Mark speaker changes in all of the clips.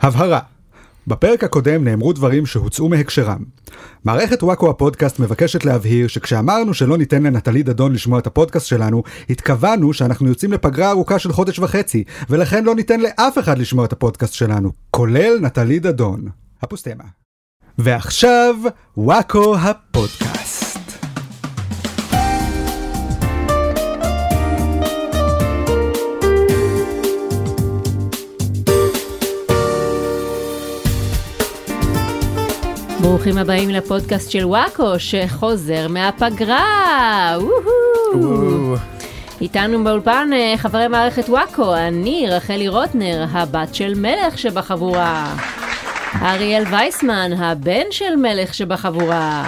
Speaker 1: הבהרה בפרק הקודם נאמרו דברים שהוצאו מהקשרם. מערכת וואקו הפודקאסט מבקשת להבהיר שכשאמרנו שלא ניתן לנטלי דדון לשמוע את הפודקאסט שלנו, התכוונו שאנחנו יוצאים לפגרה ארוכה של חודש וחצי, ולכן לא ניתן לאף אחד לשמוע את הפודקאסט שלנו, כולל נטלי דדון. הפוסטמה. ועכשיו, וואקו הפודקאסט.
Speaker 2: ברוכים הבאים לפודקאסט של וואקו, שחוזר מהפגרה! וואו! איתנו באולפן אה, חברי מערכת וואקו, אני רחלי רוטנר, הבת של מלך שבחבורה. אריאל וייסמן, הבן של מלך שבחבורה.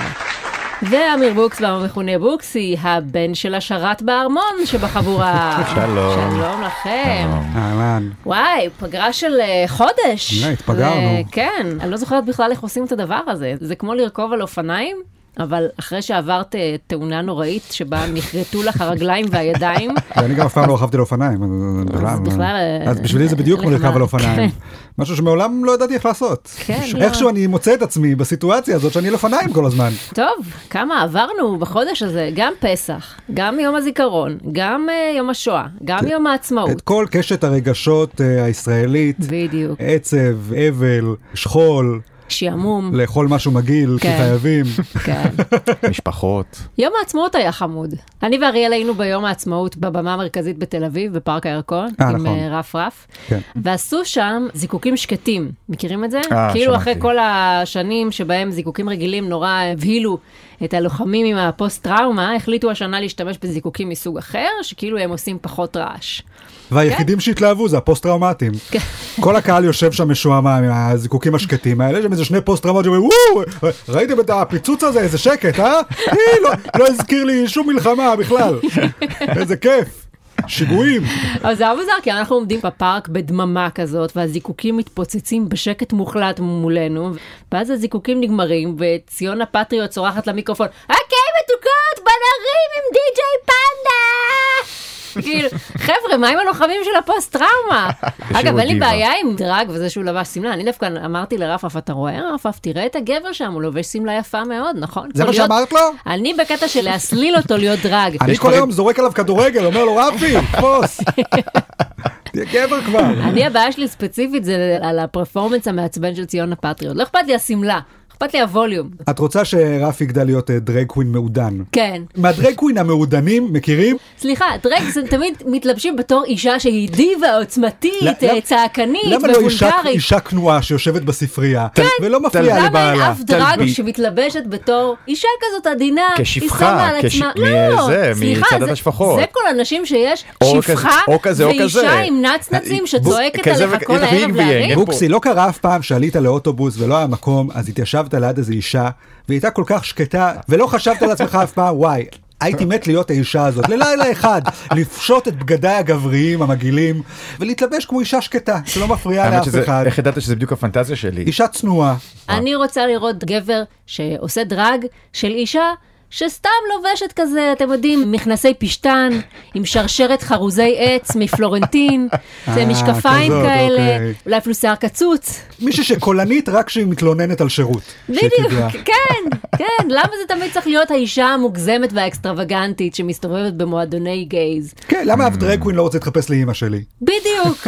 Speaker 2: ואמיר בוקסבאום המכונה בוקסי, הבן של השרת בארמון שבחבורה.
Speaker 3: שלום.
Speaker 2: שלום לכם.
Speaker 1: אהלן.
Speaker 2: וואי, פגרה של אה, חודש.
Speaker 1: הנה, התפגרנו.
Speaker 2: זה- כן, אני לא זוכרת בכלל איך עושים את הדבר הזה. זה כמו לרכוב על אופניים, אבל אחרי שעברת אה, תאונה נוראית שבה נכרתו לך הרגליים והידיים,
Speaker 1: ואני גם אף פעם לא רכבתי על אופניים. אז-
Speaker 2: אז בכלל... אה,
Speaker 1: אז בשבילי זה בדיוק כמו
Speaker 2: נחמד.
Speaker 1: לרכב על אופניים.
Speaker 2: כן.
Speaker 1: משהו שמעולם לא ידעתי איך לעשות.
Speaker 2: כן,
Speaker 1: ש-
Speaker 2: לא.
Speaker 1: איכשהו אני מוצא את עצמי בסיטואציה הזאת שאני על אופניים כל הזמן.
Speaker 2: טוב, כמה עברנו בחודש הזה, גם פסח, גם יום הזיכרון, גם אה, יום השואה, גם יום
Speaker 1: את
Speaker 2: העצמאות.
Speaker 1: כל קשת הרגשות אה, הישראלית,
Speaker 2: בדיוק.
Speaker 1: עצב, אבל, שכול,
Speaker 2: שעמום.
Speaker 1: לאכול משהו מגעיל, כי
Speaker 2: כן.
Speaker 1: חייבים.
Speaker 2: כן.
Speaker 3: משפחות.
Speaker 2: יום העצמאות היה חמוד. אני ואריאל היינו ביום העצמאות בבמה המרכזית בתל אביב, בפארק הירקון,
Speaker 1: אה,
Speaker 2: עם
Speaker 1: נכון.
Speaker 2: אה, רף רף,
Speaker 1: כן.
Speaker 2: ועשו שם זיקוקים שקטים. מכירים את זה?
Speaker 3: אה,
Speaker 2: כאילו
Speaker 3: שמעתי.
Speaker 2: אחרי כל השנים שבהם זיקוקים רגילים נורא הבהילו את הלוחמים עם הפוסט-טראומה, החליטו השנה להשתמש בזיקוקים מסוג אחר, שכאילו הם עושים פחות רעש.
Speaker 1: והיחידים שהתלהבו זה הפוסט-טראומטיים.
Speaker 2: כן.
Speaker 1: כל הקהל יושב שם משועמם עם הזיקוקים השקטים האלה, יש שם איזה שני פוסט-טראומות שאומרים, וואו, ראיתם את הפיצוץ הזה? איזה שקט, אה? אה, לא- לא הזכיר לי שום מלחמה בכלל. איזה כיף. שיגועים.
Speaker 2: אבל זה היה מוזר, כי אנחנו עומדים בפארק בדממה כזאת, והזיקוקים מתפוצצים בשקט מוחלט מולנו, ואז הזיקוקים נגמרים, וציונה פטריוט צורחת למיקרופון, אוקיי, מתוקות, בנרים עם די-ג'יי פנדה! כאילו, חבר'ה, מה עם הלוחמים של הפוסט-טראומה? אגב, אין לי
Speaker 3: הגיבה.
Speaker 2: בעיה עם דרג וזה שהוא לבש שמלה, אני דווקא אמרתי לרפרף, אתה רואה, רפרף, תראה את הגבר שם, הוא לובש שמלה יפה מאוד, נכון?
Speaker 1: זה מה
Speaker 2: להיות-
Speaker 1: שאמרת לו?
Speaker 2: אני בקטע של להסליל אותו להיות דרג.
Speaker 1: אני
Speaker 3: יש
Speaker 1: כל
Speaker 3: דברים-
Speaker 1: היום זורק עליו כדורגל, אומר לו, רפי, תפוס. תהיה גבר כבר.
Speaker 2: אני הבעיה שלי ספציפית זה על הפרפורמנס המעצבן של ציונה פטריוט. לא אכפת לי השמלה, אכפת לי הווליום.
Speaker 1: את רוצה שרפי יגדל להיות אה, דרג קווין מעודן.
Speaker 2: כן.
Speaker 1: מהדרג קווין המעודנים, מכירים?
Speaker 2: סליחה, דרקס הם תמיד מתלבשים בתור אישה שהיא דיבה עוצמתית,
Speaker 1: ל-
Speaker 3: לא,
Speaker 2: אה,
Speaker 1: למ-
Speaker 2: צעקנית
Speaker 1: למה לא אישה-
Speaker 2: ווולגרית.
Speaker 1: אישה כנועה שיושבת בספרייה ולא מפריעה
Speaker 2: למה אין
Speaker 1: לבעלה?
Speaker 2: אף דרג
Speaker 3: תלבי-
Speaker 2: שמתלבשת בתור אישה כזאת עדינה,
Speaker 3: כשפחה,
Speaker 2: היא שמה על
Speaker 3: כש-
Speaker 2: עצמה,
Speaker 3: מ-
Speaker 2: לא,
Speaker 3: זה,
Speaker 2: סליחה,
Speaker 3: מצעדת
Speaker 2: זה-
Speaker 3: השפחות.
Speaker 2: זה כל הנשים שיש,
Speaker 3: או
Speaker 2: שפחה,
Speaker 3: כזה- או כזה, או כזה.
Speaker 2: ואישה עם נצנצים
Speaker 3: ב-
Speaker 2: שצועקת
Speaker 3: כזה
Speaker 2: עליך
Speaker 3: וכ-
Speaker 2: כל הערב
Speaker 3: ריגבי
Speaker 2: והערב.
Speaker 3: ינגל. אין פה.
Speaker 1: בוקסי, לא קרה אף פעם שעלית לאוטובוס ולא היה מקום, אז התיישבת ליד איזו אישה, והיא הייתה כל כך שקטה, ולא חשבת על עצמך אף פעם, וואי. הייתי מת להיות האישה הזאת, ללילה אחד, לפשוט את בגדיי הגבריים המגעילים, ולהתלבש כמו אישה שקטה, שלא מפריעה
Speaker 3: האמת
Speaker 1: לאף
Speaker 3: שזה,
Speaker 1: אחד.
Speaker 3: איך ידעת שזה בדיוק הפנטזיה שלי?
Speaker 1: אישה צנועה.
Speaker 2: אני רוצה לראות גבר שעושה דרג של אישה שסתם לובשת כזה, אתם יודעים, מכנסי פשטן, עם שרשרת חרוזי עץ מפלורנטין, זה
Speaker 1: אה,
Speaker 2: משקפיים
Speaker 1: כזאת,
Speaker 2: כאלה,
Speaker 1: אוקיי.
Speaker 2: אולי אפילו שיער קצוץ.
Speaker 1: מישהי שקולנית רק כשהיא מתלוננת על שירות.
Speaker 2: בדיוק,
Speaker 1: שקיבלה.
Speaker 2: כן, כן, למה זה תמיד צריך להיות האישה המוגזמת והאקסטרווגנטית שמסתובבת במועדוני גייז?
Speaker 1: כן, למה
Speaker 3: Mm.
Speaker 1: אף דרג קווין לא רוצה להתחפש לאימא שלי?
Speaker 2: בדיוק.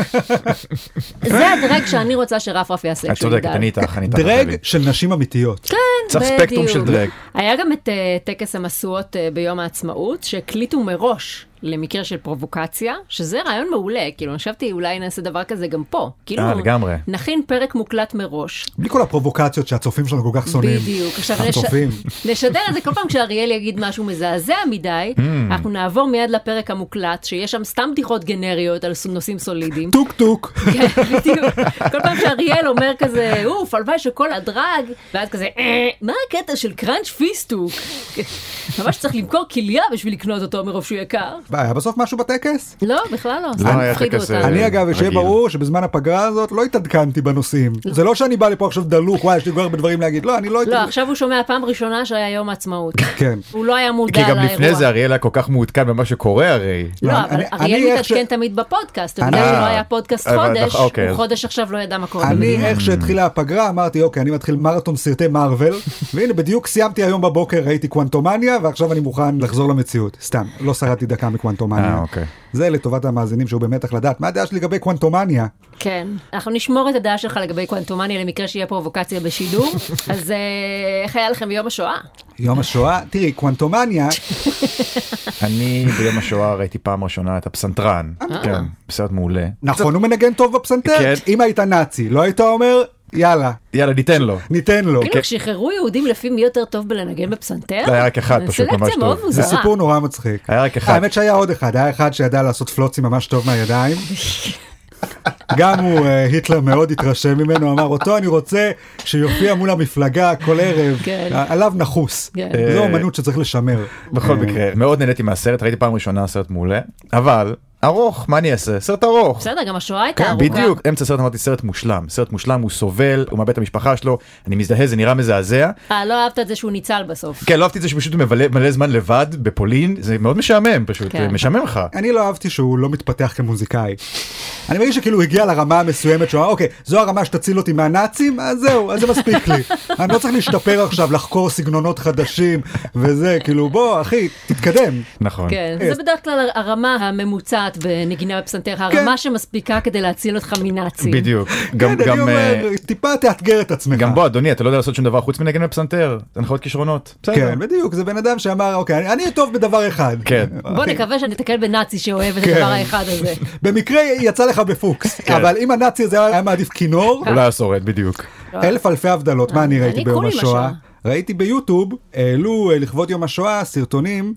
Speaker 2: זה הדרג שאני רוצה שרפרף יעשה
Speaker 3: את
Speaker 2: כשהוא
Speaker 3: צודקת,
Speaker 2: יגדל.
Speaker 3: אה, אני איתך, אני איתך.
Speaker 1: דרג
Speaker 3: חביבי.
Speaker 1: של נשים אמיתיות.
Speaker 3: צריך
Speaker 2: בדיוק.
Speaker 3: ספקטרום של דרג.
Speaker 2: היה גם את אה, טקס המשואות אה, ביום העצמאות, שהקליטו מראש למקרה של פרובוקציה, שזה רעיון מעולה, כאילו, אני חשבתי אולי נעשה דבר כזה גם פה. כאילו,
Speaker 3: אה, לגמרי.
Speaker 2: נכין פרק מוקלט מראש.
Speaker 1: בלי כל הפרובוקציות שהצופים שלנו כל כך שונאים.
Speaker 2: בדיוק. עכשיו נש-
Speaker 1: הצופים.
Speaker 2: נשדר את זה כל פעם כשאריאל יגיד משהו מזעזע מדי,
Speaker 3: Hmm.
Speaker 2: אנחנו נעבור מיד לפרק המוקלט, שיש שם סתם בדיחות גנריות על נושאים סולידיים.
Speaker 1: טוק טוק.
Speaker 2: כן, בדיוק. כל פעם שאריאל אומר כזה, אוף, הלוואי שכל הדרג, ואז כזה, "אה, מה הקטע של קראנץ' פיסטוק? ממש צריך למכור כליה בשביל לקנות אותו מרוב שהוא יקר.
Speaker 1: היה בסוף משהו בטקס?
Speaker 2: לא, בכלל לא,
Speaker 3: לא
Speaker 2: סתם
Speaker 3: היה
Speaker 2: הפחידו
Speaker 3: טקס, אה,
Speaker 2: אותנו.
Speaker 1: אני אגב, שיהיה
Speaker 3: רגיל.
Speaker 1: ברור שבזמן הפגרה הזאת לא התעדכנתי בנושאים. זה לא שאני בא לפה עכשיו דלוך, וואי, יש לי כל כך הרבה דברים להגיד. לא, אני לא...
Speaker 2: לא,
Speaker 1: התעד-
Speaker 2: עכשיו הוא שומע פעם ראשונה שהיה יום העצמאות.
Speaker 1: כן.
Speaker 2: הוא לא היה מודע
Speaker 3: כי גם
Speaker 2: לאירוע.
Speaker 3: לפני זה אריאל היה כל כך מעודכן במה שקורה הרי.
Speaker 2: לא,
Speaker 1: לא,
Speaker 2: אבל
Speaker 1: אני- אני
Speaker 2: אריאל
Speaker 1: איך ש-
Speaker 2: מתעדכן תמיד בפודקאסט, אתה
Speaker 1: אני-
Speaker 2: יודע שלא
Speaker 3: אה,
Speaker 2: היה פודקאסט
Speaker 3: אבל-
Speaker 2: חודש,
Speaker 3: אוקיי,
Speaker 2: הוא
Speaker 3: אז-
Speaker 2: חודש עכשיו לא ידע מה קורה.
Speaker 1: אני איך שהתחילה הפגרה אמרתי אוקיי אני מתחיל מרתון סרטי מארוול והנה בדיוק סיימתי היום בבוקר ראיתי קוונטומניה ועכשיו אני מוכן לחזור למציאות סתם לא שרדתי דקה
Speaker 3: אה,
Speaker 1: מקוונטומניה
Speaker 3: אוקיי.
Speaker 1: זה לטובת המאזינים שהיו במתח לדעת מה הדעה שלי לגבי קוונטומניה
Speaker 2: כן, אנחנו נשמור את הדעה שלך לגבי קוונטומניה למקרה שיהיה פרובוקציה בשידור. אז אה, איך היה לכם ביום השואה?
Speaker 1: יום השואה תראי קוונטומניה
Speaker 3: אני ביום השואה ראיתי פעם ראשונה את הפסנתרן. כן, בסרט מעולה.
Speaker 1: נכון הוא מנגן טוב בפסנתר
Speaker 3: כן.
Speaker 1: אם היית נאצי לא היית אומר יאללה
Speaker 3: יאללה, ניתן לו.
Speaker 1: ניתן לו
Speaker 2: כאילו, שחררו יהודים לפי מי יותר טוב בלנגן בפסנתר?
Speaker 3: לא, אוקיי. היה רק אחד, פשוט, ממש
Speaker 2: סלקציה
Speaker 3: טוב.
Speaker 2: מאוד
Speaker 3: זה
Speaker 1: זה
Speaker 2: מוזרה.
Speaker 1: סיפור נורא מצחיק
Speaker 3: היה רק אחד.
Speaker 1: האמת שהיה עוד אחד היה אחד שידע לעשות פלוצים ממש טוב מהידיים. גם הוא אה, היטלר מאוד התרשם ממנו אמר אותו אני רוצה שיופיע מול המפלגה כל ערב
Speaker 2: כן.
Speaker 1: עליו נחוס
Speaker 2: כן.
Speaker 1: זו אומנות שצריך לשמר.
Speaker 3: אה, בכל
Speaker 1: אה,
Speaker 3: מקרה, מאוד נהניתי מהסרט, ראיתי פעם ראשונה סרט מעולה, אבל ארוך, מה אני אעשה? סרט ארוך. כן,
Speaker 2: בסדר, גם השואה הייתה ארוכה.
Speaker 3: בדיוק, אמצע הסרט אמרתי סרט מושלם, סרט מושלם, הוא סובל, הוא מאבד את המשפחה שלו, אני מזדהה, זה נראה מזעזע.
Speaker 2: אה, לא אהבת את זה שהוא ניצל בסוף.
Speaker 3: כן, לא אהבתי את זה שפשוט הוא מבלה מלא זמן לבד בפולין, זה מאוד משעמם פשוט,
Speaker 2: כן.
Speaker 3: משעמם לך.
Speaker 1: אני לא אהבתי שהוא לא מתפתח כמוזיקאי. אני מרגיש שכאילו הוא הגיע לרמה המסוימת שהוא אמר אוקיי זו הרמה שתציל אותי מהנאצים אז זהו אז זה מספיק לי. אני לא צריך להשתפר עכשיו לחקור סגנונות חדשים וזה כאילו בוא אחי תתקדם.
Speaker 3: נכון.
Speaker 2: כן,
Speaker 1: אה,
Speaker 2: זה בדרך כלל הרמה הממוצעת בנגינה בפסנתר,
Speaker 1: כן.
Speaker 2: הרמה שמספיקה כדי להציל אותך מנאצים.
Speaker 3: בדיוק.
Speaker 1: כן,
Speaker 3: גם,
Speaker 1: אני
Speaker 3: גם, אה,
Speaker 1: אומר, טיפה תאתגר את עצמך.
Speaker 3: גם בוא אדוני, אתה לא יודע לעשות שום דבר חוץ מנגן בפסנתר, אין לך עוד כישרונות. בסדר.
Speaker 1: כן, בדיוק, זה בן אדם שאמר, אוקיי, אני, אני טוב בדבר אחד. אוקיי.
Speaker 3: כן.
Speaker 2: בוא נקווה שנתקל בנאצי שאוהב את
Speaker 1: כן.
Speaker 2: הדבר האחד הזה.
Speaker 1: במקרה יצא לך בפוקס,
Speaker 3: כן.
Speaker 1: אבל אם הנאצי הזה היה מעדיף כינור,
Speaker 3: אולי השורד, לא בדיוק.
Speaker 1: אלף אלפי הבדלות, מה אני
Speaker 2: לא. אה, אני
Speaker 1: ראיתי ביום
Speaker 2: כולי
Speaker 1: השואה?
Speaker 2: בשואה.
Speaker 1: ראיתי ביוטיוב, העלו אה, לכבוד יום השואה סרטונים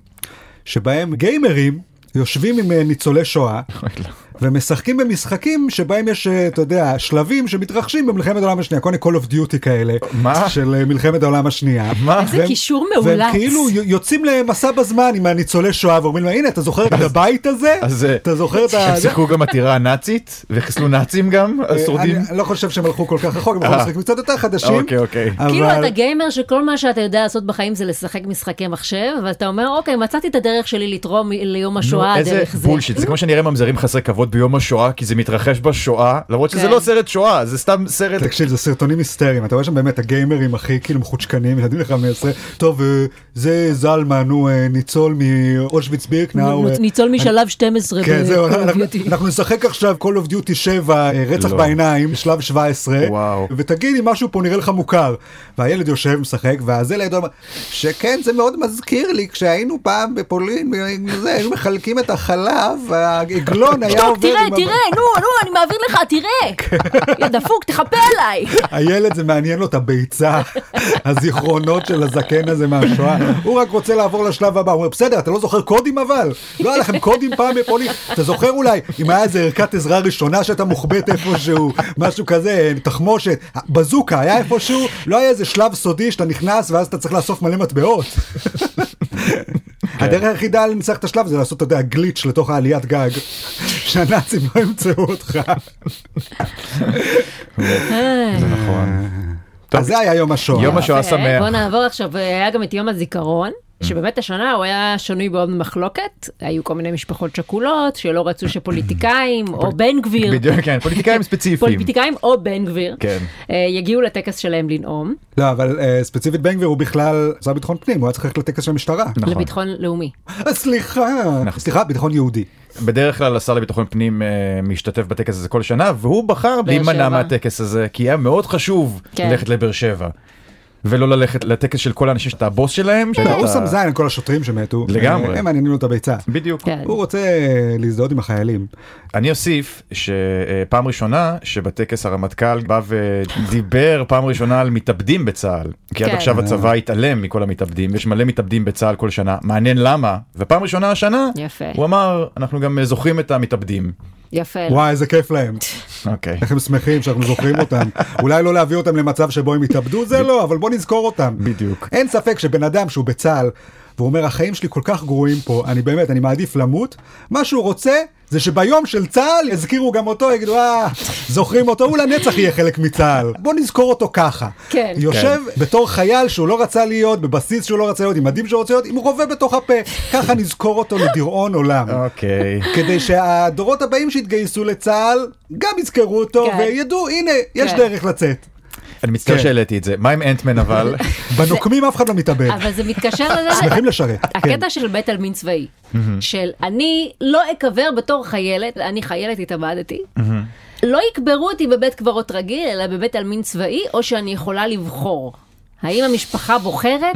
Speaker 1: שבהם גיימרים יושבים עם אה, ניצולי שואה.
Speaker 3: לא.
Speaker 1: ומשחקים במשחקים שבהם יש, אה, אתה יודע, שלבים שמתרחשים במלחמת העולם השנייה, כל מיני Call of Duty כאלה.
Speaker 3: מה?
Speaker 1: של אה, מלחמת העולם השנייה.
Speaker 3: מה?
Speaker 2: איזה
Speaker 1: והם-
Speaker 2: קישור
Speaker 1: והם
Speaker 2: מאולץ.
Speaker 1: כאילו י- יוצאים למסע בזמן עם הניצולי שואה ואומרים להם, הנה, אתה זוכר את הבית הזה?
Speaker 3: אז, אה,
Speaker 1: אתה זוכר את ה...
Speaker 3: הם שיחקו גם עתירה נאצית, וחיסלו נאצים גם, השורדים.
Speaker 1: אני אני לא חושב שהם הלכו כל כך רחוק, הם יכולים לשחק קצת יותר חדשים.
Speaker 3: אה. אוקיי, אוקיי.
Speaker 1: אבל-
Speaker 2: כאילו אתה גיימר שכל מה שאתה יודע לעשות בחיים זה לשחק משחקי מחשב, ואתה אומר, אוקיי, מצאתי את הדרך שלי לתרום ליום השואה
Speaker 3: איזה
Speaker 2: דרך זה.
Speaker 3: בולשיט, זה כמו שנראה ממזרים חסרי כבוד ביום השואה, כי זה מתרחש בשואה, למרות שזה
Speaker 2: כן.
Speaker 3: לא סרט שואה, זה סתם סרט...
Speaker 1: תקשיב, זה סרטונים היסטריים, אתה רואה שם באמת הגיימרים הכי כאילו מחוצ'קנים, ילדים לך מעשרה, טוב, אה, זה זלמן, הוא אה, ניצול מאושוויץ בירקנאו. אה,
Speaker 2: ניצול משלב 12
Speaker 1: כן, זהו,
Speaker 2: ב-Call of
Speaker 1: אנחנו-
Speaker 2: Duty.
Speaker 1: אנחנו נשחק עכשיו Call of Duty 7, אה, רצח
Speaker 3: לא.
Speaker 1: בעיניים, שלב 17,
Speaker 3: וואו.
Speaker 1: ותגיד אם משהו פה נראה לך מוכר. והילד יושב, משחק, והזה לידו אומר, שכן, זה מאוד מזכיר לי, כשהיינו פעם בפולין, זה, היינו מחלקים את החלב, והעגלון היה
Speaker 2: טוב,
Speaker 1: עובד
Speaker 2: תראה,
Speaker 1: עם... ה-
Speaker 2: תראה, נו, נו, אני מעביר לך,
Speaker 3: כן.
Speaker 2: תראה. יא דפוק, תחפה עליי.
Speaker 1: הילד זה מעניין לו את הביצה, הזיכרונות של הזקן הזה מהשואה. הוא רק רוצה לעבור לשלב הבא, הוא אומר, בסדר, אתה לא זוכר קודים אבל? לא היה לכם קודים פעם בפולין? אתה זוכר אולי אם היה איזה ערכת עזרה ראשונה שהייתה מוחבאת איפשהו, משהו כזה, תחמושת, בזוקה, היה איפשהו, לא היה איזה שלב סודי שאתה נכנס ואז אתה צריך לאסוף מלא מטבעות.
Speaker 3: כן.
Speaker 1: הדרך היחידה לנצח את השלב זה לעשות, אתה יודע, גליץ' לתוך העליית גג, שהנאצים לא ימצאו אותך.
Speaker 3: זה נכון.
Speaker 1: אה, אז זה היה יום השואה.
Speaker 3: יום השואה
Speaker 2: אוקיי,
Speaker 3: שמח. Mm.
Speaker 2: בוא נעבור עכשיו, היה גם את יום הזיכרון. שבאמת השנה הוא היה שנוי מאוד במחלוקת, היו כל מיני משפחות שכולות שלא רצו שפוליטיקאים או בן גביר,
Speaker 3: בדיוק, כן, פוליטיקאים ספציפיים.
Speaker 2: פוליטיקאים או בן גביר,
Speaker 3: כן.
Speaker 2: אה, יגיעו לטקס שלהם לנאום,
Speaker 1: לא, אבל אה, ספציפית בן גביר הוא בכלל שר ביטחון פנים, הוא היה צריך ללכת לטקס של המשטרה.
Speaker 3: נכון.
Speaker 2: לביטחון לאומי.
Speaker 1: אה, סליחה, סליחה, ביטחון יהודי.
Speaker 3: בדרך כלל השר לביטחון פנים אה, משתתף בטקס הזה כל שנה, והוא בחר
Speaker 2: באר
Speaker 3: להימנע
Speaker 2: שבע.
Speaker 3: מהטקס הזה, כי היה מאוד חשוב
Speaker 2: כן.
Speaker 3: ללכת לבאר שבע. ולא ללכת לטקס של כל האנשים שאתה הבוס שלהם. שאתה-
Speaker 1: כן, לא, הוא שם זין על כל השוטרים שמתו.
Speaker 3: כן, לגמרי.
Speaker 1: אה, הם מעניינים לו את הביצה.
Speaker 3: בדיוק.
Speaker 2: כן.
Speaker 1: הוא רוצה אה, להזדהות עם החיילים.
Speaker 3: אני אוסיף שפעם ראשונה שבטקס הרמטכ"ל בא ודיבר פעם ראשונה על מתאבדים בצה"ל. כי עד
Speaker 2: כן.
Speaker 3: עכשיו הצבא התעלם מכל המתאבדים, יש מלא מתאבדים בצה"ל כל שנה, מעניין למה. ופעם ראשונה השנה,
Speaker 2: יפה.
Speaker 3: הוא אמר, אנחנו גם אה, זוכרים את המתאבדים.
Speaker 2: יפה.
Speaker 1: וואי, איזה כיף להם.
Speaker 3: אוקיי.
Speaker 1: איך הם שמחים שאנחנו זוכרים אותם. אולי לא להביא אותם למצב שבו הם יתאבדו, זה לא, אבל בוא נזכור אותם.
Speaker 3: בדיוק.
Speaker 1: אין ספק שבן אדם שהוא בצה"ל, והוא אומר, החיים שלי כל כך גרועים פה, אני באמת, אני מעדיף למות. מה שהוא רוצה זה שביום של צה"ל יזכירו גם אותו, יגידו, אה, זוכרים אותו, הוא לנצח יהיה חלק מצה"ל. בוא נזכור אותו ככה.
Speaker 2: כן.
Speaker 1: יושב בתור חייל שהוא לא רצה להיות, בבסיס שהוא לא רצה להיות, עם מדים שהוא רוצה להיות, עם רובה בתוך הפה. ככה נזכור אותו לדיראון עולם.
Speaker 3: אוקיי.
Speaker 1: כדי שהדורות הבאים שיתגייסו לצה"ל, גם יזכרו אותו,
Speaker 2: כן.
Speaker 1: וידעו, הנה, יש
Speaker 2: כן.
Speaker 1: דרך לצאת.
Speaker 3: אני מצטער
Speaker 1: כן.
Speaker 3: שהעליתי את זה. מה עם אנטמן אבל?
Speaker 1: בנוקמים אף אחד לא מתאבד.
Speaker 2: אבל זה מתקשר לזה,
Speaker 1: שמחים לשרת. כן.
Speaker 2: הקטע של בית עלמין צבאי, של אני לא אקבר בתור חיילת, אני חיילת התאבדתי, לא יקברו אותי בבית קברות רגיל, אלא בבית עלמין צבאי, או שאני יכולה לבחור. האם המשפחה בוחרת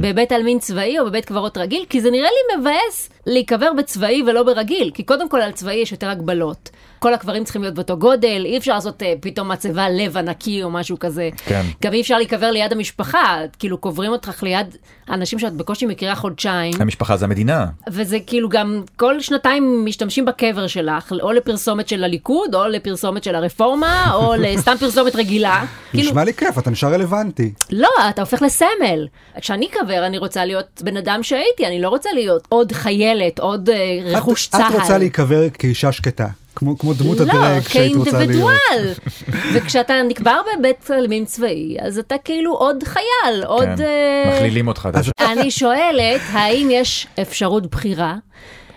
Speaker 2: בבית עלמין צבאי או בבית קברות רגיל? כי זה נראה לי מבאס להיקבר בצבאי ולא ברגיל, כי קודם כל על צבאי יש יותר הגבלות. כל הקברים צריכים להיות באותו גודל, אי אפשר לעשות אה, פתאום מצבה לב ענקי או משהו כזה.
Speaker 3: כן.
Speaker 2: גם אי אפשר להיקבר ליד המשפחה, כאילו קוברים אותך ליד אנשים שאת בקושי מכירה חודשיים,
Speaker 3: המשפחה זה המדינה.
Speaker 2: וזה כאילו גם כל שנתיים משתמשים בקבר שלך, או לפרסומת של הליכוד, או לפרסומת של הרפורמה, או לסתם פרסומת רגילה. כאילו,
Speaker 1: נשמע לי כיף, אתה נשאר רלוונטי.
Speaker 2: לא, אתה הופך לסמל. כשאני אקבר, אני רוצה להיות בן אדם שהייתי, אני לא רוצה להיות עוד חיילת, עוד אה,
Speaker 1: את-
Speaker 2: רכוש צה"ל.
Speaker 1: את רוצה להיקבר כאישה שקטה, כמו כמו דמות
Speaker 2: לא,
Speaker 1: הדרג שהיית רוצה להיות.
Speaker 2: כאינדיבידואל. וכשאתה נקבר בבית עלמין צבאי, אז אתה כאילו עוד חייל, עוד...
Speaker 3: כן.
Speaker 2: אה,
Speaker 3: מכלילים אותך. אתה
Speaker 1: אז-
Speaker 3: יודע.
Speaker 2: אני שואלת, האם יש אפשרות בחירה?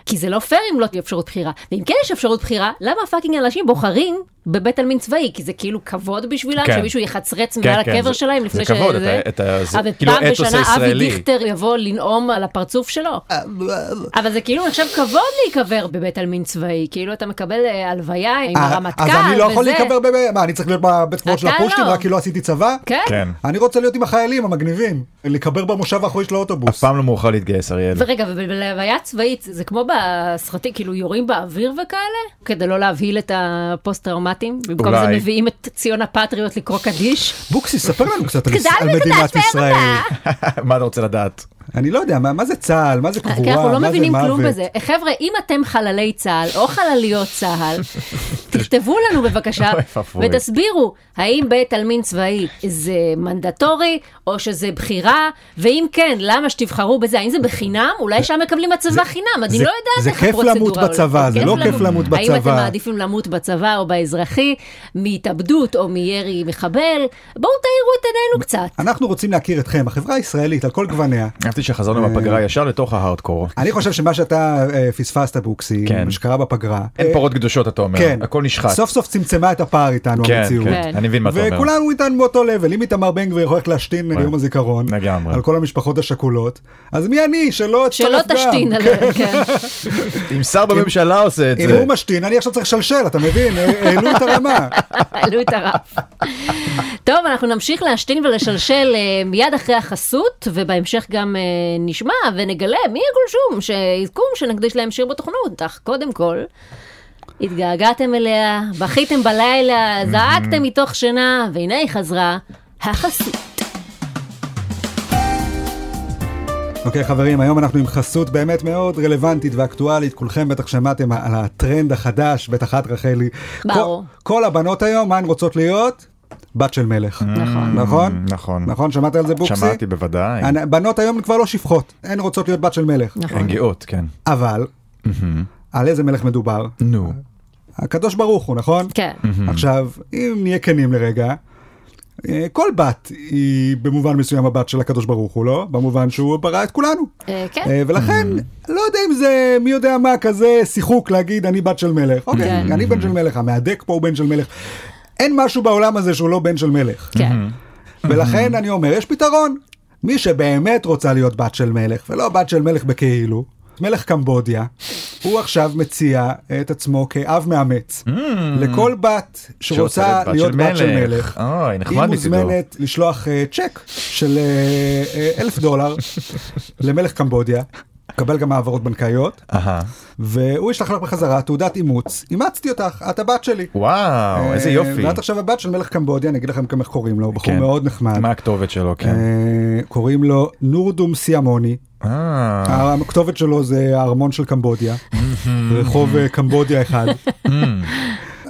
Speaker 2: כי זה לא פייר אם לא תהיה אפשרות בחירה. ואם כן יש אפשרות בחירה, למה פאקינג אנשים בוחרים בבית עלמין צבאי? כי זה כאילו כבוד בשבילם
Speaker 3: כן.
Speaker 2: שמישהו יחצרץ
Speaker 3: כן,
Speaker 2: מעל
Speaker 3: כן,
Speaker 2: הקבר
Speaker 3: זה-
Speaker 2: שלהם
Speaker 3: זה
Speaker 2: לפני
Speaker 3: כבוד, אתה- אתה- זה
Speaker 2: אבל
Speaker 3: כאילו
Speaker 2: פעם
Speaker 3: האתוס
Speaker 2: בשנה
Speaker 3: הישראלי.
Speaker 2: אבי דיכטר יבוא לנאום על הפרצוף שלו. אבל זה כאילו נחשב כבוד להיקבר בבית עלמין צבאי. כאילו אתה מקבל אה, הלוויה עם
Speaker 1: אה,
Speaker 2: הרמטכ"ל
Speaker 1: אז
Speaker 2: וזה.
Speaker 1: אני לא יכול להיקבר ב... מה, אני צריך להיות בבית קברות של
Speaker 2: אתה
Speaker 1: הפושטים
Speaker 2: לא.
Speaker 1: רק כי לא עשיתי צבא?
Speaker 2: כן.
Speaker 3: כן.
Speaker 1: אני רוצה להיות עם החיילים המגניבים, להיקבר במושב האחורי של
Speaker 3: אף
Speaker 1: האוטובוס.
Speaker 3: פעם לא מאוחר להתגייס, אריאל.
Speaker 2: ורגע, ובלוויה צבאית זה כמו בסרטים, כאילו יורים באוויר וכאלה? כדי לא להבהיל את הפוסט-טראומטיים? במקום זה
Speaker 3: אולי.
Speaker 2: מביאים את ציון הפטריוט לקרוא קדיש?
Speaker 1: בוקסי, ספר לנו קצת על-
Speaker 2: גדל
Speaker 1: על
Speaker 2: מחדש
Speaker 1: מדינת
Speaker 2: בארץ.
Speaker 1: ישראל.
Speaker 3: מה אתה רוצה לדעת?
Speaker 1: אני לא יודע, מה מה זה צה"ל? מה זה קבורה?
Speaker 2: כי אנחנו לא
Speaker 1: מה זה
Speaker 2: מבינים כלום
Speaker 1: מוות?
Speaker 2: בזה. חבר'ה, אם אתם חללי צה"ל או חלליות צה"ל, תכתבו לנו בבקשה
Speaker 3: אוי ואבוי.
Speaker 2: ותסבירו האם בית עלמין צבאי זה מנדטורי או שזה בחירה, ואם כן, למה שתבחרו בזה? האם זה בחינם? אולי שם מקבלים הצבא חינם, אני
Speaker 1: זה-
Speaker 2: לא יודעת
Speaker 1: זה
Speaker 2: איך
Speaker 1: כיף
Speaker 2: הפרוצדורה
Speaker 1: למות
Speaker 2: הולכת.
Speaker 1: בצבא, זה לא כיף למות
Speaker 2: האם אתם
Speaker 1: בצבא.
Speaker 2: מעדיפים למות בצבא או באזרחי, מהתאבדות או מירי מחבל? בואו תאירו את עינינו קצת.
Speaker 1: אנחנו רוצים להכיר אתכם, החברה הישראלית על כל גווניה.
Speaker 3: אהבתי שחזרנו
Speaker 2: אה.
Speaker 3: בפגרה ישר לתוך ההארדקור.
Speaker 1: אני חושב שמה שאתה אה, פספסת בוקסי,
Speaker 3: כן.
Speaker 1: מה שקרה בפגרה,
Speaker 3: אין
Speaker 1: אה,
Speaker 3: פרות קדושות אתה אומר.
Speaker 1: כן,
Speaker 3: הכל נשחט.
Speaker 1: סוף סוף צמצמה את הפער איתנו
Speaker 3: כן,
Speaker 1: המציאות.
Speaker 3: כן. אני מבין מה אתה אומר. כן.
Speaker 1: וכולנו איתנו באותו לבל, אם איתמר בן גביר הולך להשתין על יום הזיכרון,
Speaker 3: לגמרי.
Speaker 1: על כל המשפחות השכולות, אז מי אני שלא אצטרף
Speaker 2: שלא
Speaker 1: גם?
Speaker 2: תשתין עליהם, כן.
Speaker 3: אם שר בממשלה עושה את
Speaker 1: אם
Speaker 3: זה.
Speaker 1: כן. הוא משתין, אני עכשיו צריך לשלשל, אתה מבין? אה, העלו את הרמה.
Speaker 2: עלו את הרף. טוב, אנחנו נמשיך להשתין ולשלשל אה, מיד אחרי החסות, ובהמשך גם אה, נשמע ונגלה מי הגולשום שיזכו שנקדיש להם שיר בתוכנות, אך קודם כל... התגעגעתם אליה, בכיתם בלילה, זעקתם מתוך שינה, והנה היא חזרה, החסות.
Speaker 1: אוקיי חברים, היום אנחנו עם חסות באמת מאוד רלוונטית ואקטואלית, כולכם בטח שמעתם על הטרנד החדש, בטח את רחלי.
Speaker 2: ברור.
Speaker 1: כל- כל הבנות היום, מה הן רוצות להיות? בת של מלך.
Speaker 2: נכון.
Speaker 1: נכון?
Speaker 3: Mm, נכון.
Speaker 1: נכון, שמעת על זה בוקסי?
Speaker 3: שמעתי בוודאי.
Speaker 1: הנ- בנות היום הן כבר לא שפחות, הן רוצות להיות בת של מלך.
Speaker 2: נכון.
Speaker 3: הן גאות, כן.
Speaker 1: אבל, על איזה מלך מדובר?
Speaker 3: נו.
Speaker 1: הקדוש ברוך הוא, נכון?
Speaker 2: כן.
Speaker 1: עכשיו, אם נהיה כנים לרגע, אה, כל בת היא במובן מסוים הבת של הקדוש ברוך הוא, לא? במובן שהוא ברא את כולנו.
Speaker 2: אה, כן.
Speaker 1: אה, ולכן, לא יודע אם זה מי יודע מה כזה שיחוק להגיד אני בת של מלך. אוקיי,
Speaker 2: כן.
Speaker 1: אני בן של מלך, המהדק פה הוא בן של מלך. אין משהו בעולם הזה שהוא לא בן של מלך.
Speaker 2: כן.
Speaker 1: ולכן אני אומר, יש פתרון. מי שבאמת רוצה להיות בת של מלך, ולא בת של מלך בכאילו, מלך קמבודיה, הוא עכשיו מציע את עצמו כאב מאמץ. לכל בת שרוצה
Speaker 3: Mm. להיות בת
Speaker 1: להיות
Speaker 3: של
Speaker 1: בת של
Speaker 3: מלך.
Speaker 1: מלך,
Speaker 3: אוי, נחמד
Speaker 1: היא
Speaker 3: מצידו.
Speaker 1: מוזמנת לשלוח אה, צ'ק של אה, אה, אלף דולר למלך קמבודיה, קבל גם העברות בנקאיות,
Speaker 3: אהה.
Speaker 1: והוא ישלח לך בחזרה תעודת אימוץ, אימצתי אותך, את הבת שלי.
Speaker 3: וואו, איזה
Speaker 1: אה,
Speaker 3: יופי.
Speaker 1: ואת עכשיו הבת של מלך קמבודיה, אני אגיד לכם גם איך קוראים לו, הוא בחור
Speaker 3: כן.
Speaker 1: מאוד נחמד.
Speaker 3: מה הכתובת שלו, כן.
Speaker 1: אה, קוראים לו נורדום סיאמוני.
Speaker 3: אה,
Speaker 1: הכתובת שלו זה הארמון של קמבודיה, רחוב אה, קמבודיה אחד.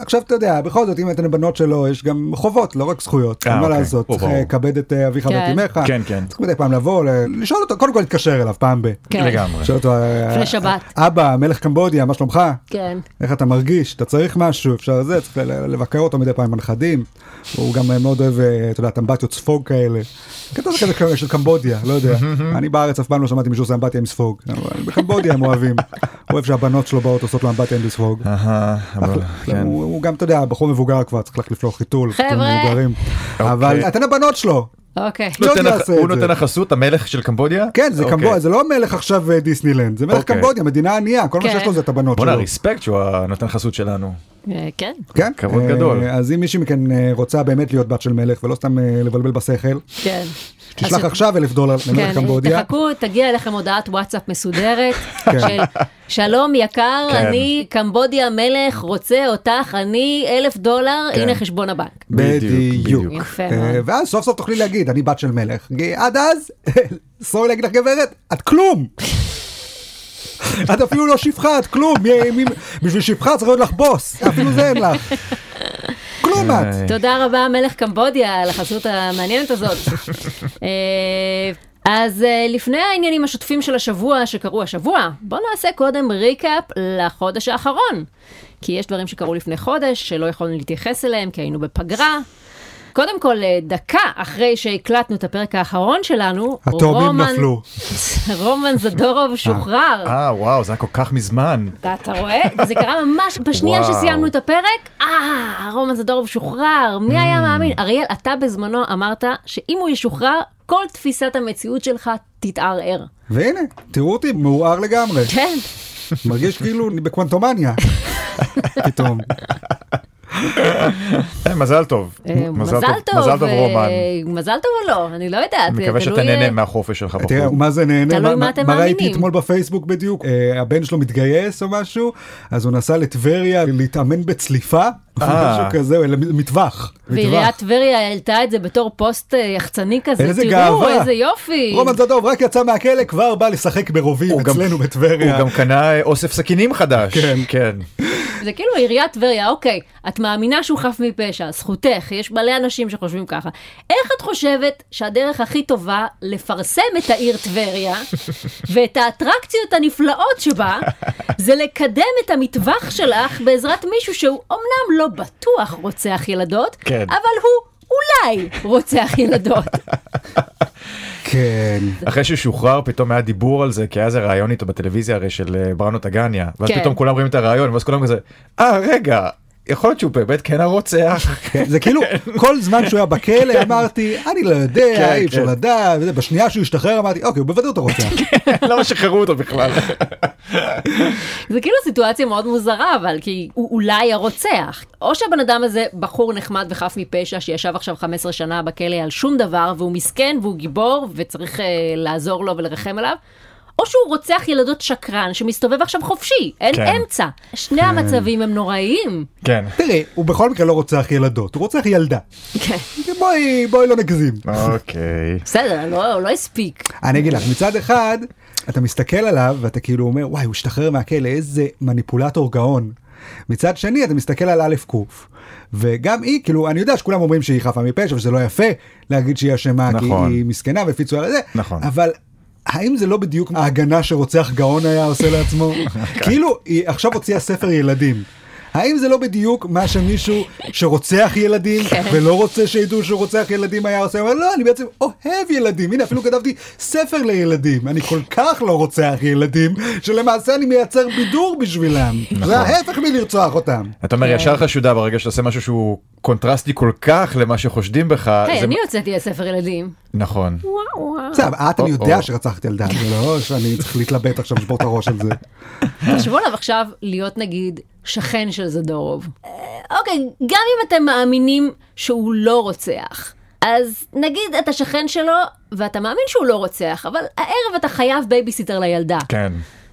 Speaker 1: עכשיו אתה יודע, בכל זאת, אם אתן בנות שלו, יש גם חובות, לא רק זכויות.
Speaker 3: אה,
Speaker 1: אין מה
Speaker 3: אוקיי.
Speaker 1: לעשות,
Speaker 3: הוא
Speaker 1: צריך
Speaker 3: ברור.
Speaker 1: לכבד את אה, אביך ואת
Speaker 2: כן.
Speaker 1: אמך.
Speaker 3: כן, כן.
Speaker 1: צריך מדי פעם לבוא, ל- לשאול אותו, קודם כל להתקשר אליו, פעם ב...
Speaker 2: כן.
Speaker 3: לגמרי.
Speaker 1: לשאול אותו, אה,
Speaker 2: לפני שבת.
Speaker 1: אבא, מלך קמבודיה, מה שלומך?
Speaker 2: כן.
Speaker 1: איך אתה מרגיש? אתה צריך משהו? אפשר זה? צריך ל- לבקר אותו מדי פעם עם הנכדים. הוא גם אה, מאוד אוהב, אה, אתה יודע, טמבטיות ספוג כאלה. קטע זה כזה כזה של קמבודיה, לא יודע. אני בארץ אף פעם לא שמעתי מישהו שעושה אמבטיה עם ספוג. אבל בקמבודיה הם אוהבים. הוא אוהב שהבנות שלו באות עושות לו אמבטיה עם ספוג.
Speaker 3: אהה, אבל-
Speaker 1: אחלה.
Speaker 3: אה, כן.
Speaker 1: הוא הוא גם, אתה יודע, בחור מבוגר כבר, צריך להחליף לו חיתול.
Speaker 2: חבר'ה.
Speaker 1: חיתול מבוגרים.
Speaker 3: אוקיי.
Speaker 1: אבל אתן הבנות שלו.
Speaker 2: אוקיי.
Speaker 1: לא
Speaker 3: נותן
Speaker 1: יודע
Speaker 3: הח-
Speaker 1: לעשות
Speaker 3: הוא
Speaker 1: את זה.
Speaker 3: נותן החסות, המלך של קמבודיה?
Speaker 1: כן, זה
Speaker 3: אוקיי.
Speaker 1: קמבודיה, זה לא מלך עכשיו אה, דיסנילנד, זה מלך
Speaker 3: אוקיי.
Speaker 1: קמבודיה, מדינה ענייה, כל מה
Speaker 2: כן.
Speaker 1: שיש לו זה את הבנות
Speaker 3: בואנה,
Speaker 1: שלו.
Speaker 3: ריספקט שהוא הנותן חסות שלנו.
Speaker 2: אה, כן.
Speaker 1: כן.
Speaker 3: כבוד
Speaker 1: אה,
Speaker 3: גדול.
Speaker 1: אז אם מישהי מכן אה, רוצה באמת להיות בת של מלך ולא סתם אה, לבלבל בשכל,
Speaker 2: כן.
Speaker 1: תשלח
Speaker 2: אז-
Speaker 1: עכשיו אלף דולר
Speaker 2: כן,
Speaker 1: למלך קמבודיה.
Speaker 2: תחכו, תגיע אליכם הודעת וואטסאפ מסודרת
Speaker 1: כן.
Speaker 2: של שלום יקר,
Speaker 3: כן.
Speaker 2: אני קמבודיה מלך, רוצה אותך, אני אלף דולר,
Speaker 1: כן.
Speaker 2: הנה חשבון הבנק.
Speaker 3: בדיוק,
Speaker 1: בדיוק.
Speaker 3: בדיוק.
Speaker 2: יפה
Speaker 1: אה,
Speaker 2: מאוד.
Speaker 1: ואז סוף סוף תוכלי להגיד, אני בת של מלך. כי עד אז, סורי להגיד לך גברת, את כלום. את אפילו לא שפחה, את כלום. מי- מי- בשביל שפחה צריך להיות לך בוס, אפילו זה אין לך. כלום את.
Speaker 3: אה,
Speaker 2: תודה רבה, מלך קמבודיה, על החסות המעניינת הזאת. אה, אז אה, לפני העניינים השוטפים של השבוע שקרו השבוע, בואו נעשה קודם ריקאפ לחודש האחרון. כי יש דברים שקרו לפני חודש שלא יכולנו להתייחס אליהם כי היינו בפגרה. קודם כל, אה, דקה אחרי שהקלטנו את הפרק האחרון שלנו,
Speaker 1: התאומים
Speaker 2: רומן-
Speaker 1: נפלו.
Speaker 2: רומן זדורוב שוחרר.
Speaker 3: אה, וואו, זה היה כל כך מזמן.
Speaker 2: אתה, אתה רואה? זה קרה ממש בשנייה
Speaker 3: וואו.
Speaker 2: שסיימנו את הפרק, אה, רומן זדורוב שוחרר, מי
Speaker 3: Mm.
Speaker 2: היה מאמין? אריאל, אתה בזמנו אמרת שאם הוא ישוחרר, כל תפיסת המציאות שלך תתערער.
Speaker 1: והנה, תראו אותי, מעורער לגמרי.
Speaker 2: כן,
Speaker 1: מרגיש כאילו אני בקוונטומניה. פתאום.
Speaker 3: אה, מזל טוב.
Speaker 2: אה, מזל טוב.
Speaker 3: מזל טוב
Speaker 2: אה,
Speaker 3: רומן.
Speaker 2: מזל טוב או לא? אני לא יודעת.
Speaker 3: אני
Speaker 2: תלוי,
Speaker 3: מקווה שאתה
Speaker 2: אה,
Speaker 3: נהנה מהחופש שלך
Speaker 1: תראה,
Speaker 3: בחוץ.
Speaker 1: הוא מה זה נהנה,
Speaker 2: תלוי מה אתם
Speaker 1: ראיתי
Speaker 2: מאמינים.
Speaker 1: אתמול בפייסבוק בדיוק, אה, הבן שלו מתגייס או משהו, אז הוא נסע לטבריה להתאמן בצליפה, או
Speaker 3: אה.
Speaker 1: משהו כזה, או למ- מטווח.
Speaker 2: ועיריית טבריה העלתה את זה בתור פוסט אה, יחצני כזה,
Speaker 1: איזה
Speaker 2: תראו,
Speaker 1: גאווה.
Speaker 2: איזה יופי.
Speaker 1: רומן זדוב רק יצא מהכלא, כבר בא לשחק ברובים
Speaker 3: הוא גם-
Speaker 1: אצלנו
Speaker 3: הוא
Speaker 1: בטבריה.
Speaker 3: גם קנה אה, אוסף סכינים חדש.
Speaker 1: כן.
Speaker 3: כן.
Speaker 2: זה כאילו עיריית טבריה, אוקיי, את מאמינה שהוא חף מפשע, זכותך, יש מלא אנשים שחושבים ככה. איך את חושבת שהדרך הכי טובה לפרסם את העיר טבריה ואת האטרקציות הנפלאות שבה, זה לקדם את המטווח שלך בעזרת מישהו שהוא אמנם לא בטוח רוצח ילדות,
Speaker 3: כן.
Speaker 2: אבל הוא... אולי רוצח ילדות.
Speaker 1: כן.
Speaker 3: אחרי שהוא שוחרר פתאום היה דיבור על זה כי היה איזה ראיון איתו בטלוויזיה הרי של אה, בראנו טגניה ואז
Speaker 2: כן.
Speaker 3: פתאום כולם רואים את הראיון ואז כולם כזה אה רגע יכול להיות שהוא באמת כן הרוצח.
Speaker 1: כן, זה כאילו כל זמן שהוא היה בכלא אמרתי אני לא יודע
Speaker 3: כן,
Speaker 1: אי אפשר
Speaker 3: כן.
Speaker 1: לדעת וזה. בשנייה שהוא השתחרר אמרתי אוקיי הוא בוודאות הרוצח.
Speaker 3: למה שחררו אותו בכלל?
Speaker 2: זה כאילו סיטואציה מאוד מוזרה, אבל כי הוא אולי הרוצח. או שהבן אדם הזה בחור נחמד וחף מפשע שישב עכשיו 15 שנה בכלא על שום דבר, והוא מסכן והוא גיבור וצריך אה, לעזור לו ולרחם עליו. או שהוא רוצח ילדות שקרן שמסתובב עכשיו חופשי, אין
Speaker 3: כן.
Speaker 2: אמצע. שני המצבים הם נוראיים.
Speaker 3: כן.
Speaker 1: תראי הוא בכל מקרה לא רוצח ילדות הוא רוצח ילדה.
Speaker 2: כן.
Speaker 1: בואי בואי לא נגזים.
Speaker 3: אוקיי.
Speaker 2: בסדר, לא, הוא לא הספיק.
Speaker 3: אה,
Speaker 1: אני אגיד לך, מצד אחד, אתה מסתכל עליו ואתה כאילו אומר, וואי, הוא השתחרר מהכלא, איזה מניפולטור גאון. מצד שני, אתה מסתכל על א' ק', וגם היא, כאילו, אני יודע שכולם אומרים שהיא חפה מפשע, ושזה לא יפה להגיד שהיא אשמה,
Speaker 3: נכון.
Speaker 1: כי היא מסכנה והפיצו על זה,
Speaker 3: נכון.
Speaker 1: אבל... האם זה לא בדיוק ההגנה שרוצח גאון היה עושה לעצמו? כאילו, היא עכשיו הוציאה ספר ילדים. האם זה לא בדיוק מה שמישהו שרוצח ילדים ולא רוצה שידעו שהוא רוצח ילדים היה עושה? אבל לא, אני בעצם אוהב ילדים. הנה, אפילו כתבתי ספר לילדים. אני כל כך לא רוצח ילדים, שלמעשה אני מייצר בידור בשבילם. זה ההפך מלרצוח אותם.
Speaker 3: אתה
Speaker 2: כן.
Speaker 3: אומר ישר חשודה ברגע שאתה עושה משהו שהוא קונטרסטי כל כך למה שחושדים בך.
Speaker 2: היי,
Speaker 3: זה-
Speaker 2: כן, אני הוצאתי על ספר ילדים.
Speaker 3: נכון.
Speaker 2: וואו, וואו.
Speaker 1: בסדר, אבל את אני יודע
Speaker 3: או.
Speaker 1: שרצחת ילדה, זה לא שאני צריך להתלבט עכשיו לשבור את הראש על זה.
Speaker 2: תחשבו עליו עכשיו להיות נגיד שכן של זדורוב. אה, אוקיי, גם אם אתם מאמינים שהוא לא רוצח, אז נגיד אתה שכן שלו ואתה מאמין שהוא לא רוצח, אבל הערב אתה חייב בייביסיטר לילדה.
Speaker 3: כן.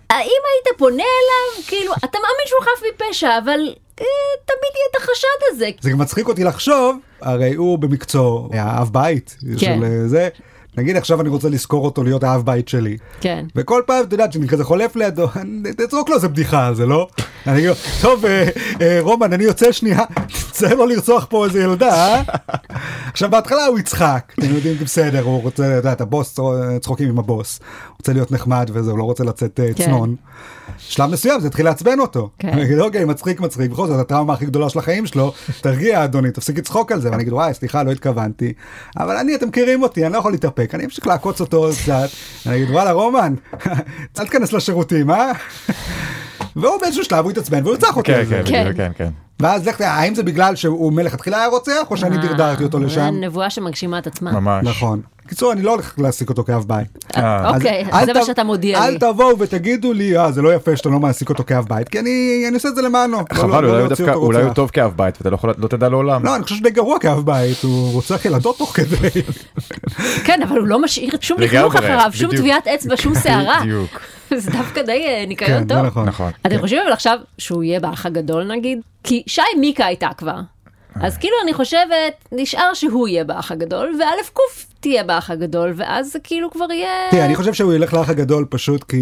Speaker 2: האם היית פונה אליו? כאילו, אתה מאמין שהוא חף מפשע, אבל אה, תמיד יהיה את החשד הזה. כן.
Speaker 1: זה גם מצחיק אותי לחשוב, הרי הוא במקצועו, האב בית, של אה, זה, נגיד עכשיו אני רוצה לזכור אותו להיות האב בית שלי.
Speaker 2: כן.
Speaker 1: וכל פעם, את יודעת, שאני כזה חולף לידו, אני- תזרוק לו איזה בדיחה, זה לא? אני אגיד לו, טוב, אה, אה, רומן, אני יוצא שנייה, תצטער לא לרצוח פה איזה ילדה, אה? עכשיו, בהתחלה הוא יצחק, אתם יודעים, כי בסדר, הוא רוצה, אתה יודע, את הבוס, צחוק- צחוקים עם הבוס. רוצה להיות נחמד וזה, הוא לא רוצה לצאת אה,
Speaker 2: כן.
Speaker 1: צנון. שלב מסוים זה התחיל לעצבן אותו.
Speaker 2: כן.
Speaker 1: אני אגיד, אוקיי, מצחיק, מצחיק, בכל זאת, הטראומה הכי גדולה של החיים שלו, תרגיע, אדוני, תפסיק לצחוק על זה, ואני אגיד, וואי, סליחה, לא התכוונתי, אבל אני, אתם מכירים אותי, אני לא יכול להתאפק, אני אמשיך לעקוץ אותו עוד קצת, אני אגיד, וואלה, רומן, אל תיכנס לשירותים, אה? והוא באיזשהו שלב, הוא יתעצבן והוא ירצח אותי.
Speaker 3: כן,
Speaker 1: על זה.
Speaker 3: כן,
Speaker 2: כן.
Speaker 3: בדיוק, כן, כן.
Speaker 1: ואז לך, תראה, האם זה בגלל שהוא מלכתחילה היה רוצח, או שאני דרדרתי אותו
Speaker 2: אה,
Speaker 1: לשם?
Speaker 2: זה נבואה שמגשימה את עצמה.
Speaker 3: ממש.
Speaker 1: נכון. בקיצור, אני לא הולך להעסיק אותו כאב בית.
Speaker 3: אה,
Speaker 1: אז
Speaker 2: אוקיי,
Speaker 1: אל
Speaker 2: זה מה
Speaker 1: ת-
Speaker 2: שאתה מודיע לי.
Speaker 1: אל תבואו ותגידו לי, אה, זה לא יפה שאתה לא מעסיק אותו כאב בית, כי אני אני עושה את זה למענו. לא- לא-
Speaker 3: חבל,
Speaker 1: לא
Speaker 3: אולי הוא
Speaker 1: להוציא
Speaker 3: דווקא,
Speaker 1: אותו
Speaker 3: אולי הוא
Speaker 1: רוצח.
Speaker 3: טוב כאב בית, ואתה לא יכול- לא תדע לעולם.
Speaker 1: לא, אני חושב שדי גרוע כאב בית, הוא רוצח ילדות תוך כדי.
Speaker 2: כן, אבל הוא לא משאיר שום
Speaker 3: לגמרי,
Speaker 2: לכלוך אחריו, שום
Speaker 3: בדיוק.
Speaker 2: טביעת אצבע, שום שערה.
Speaker 3: בדיוק.
Speaker 2: זה דווקא די אה,
Speaker 1: כן,
Speaker 2: ניקיון
Speaker 1: זה
Speaker 2: טוב.
Speaker 1: נכון.
Speaker 3: נכון.
Speaker 2: אתם חושבים אבל עכשיו שהוא יהיה באח הגדול נגיד? כי שי מיקה הייתה כבר.
Speaker 1: אה.
Speaker 2: אז כאילו אני חושבת, נשאר שהוא יהיה באח הגדול, ואלף קוף תהיה באח הגדול, ואז זה כאילו כבר יהיה...
Speaker 1: תראה, אני חושב שהוא ילך לאח הגדול פשוט כי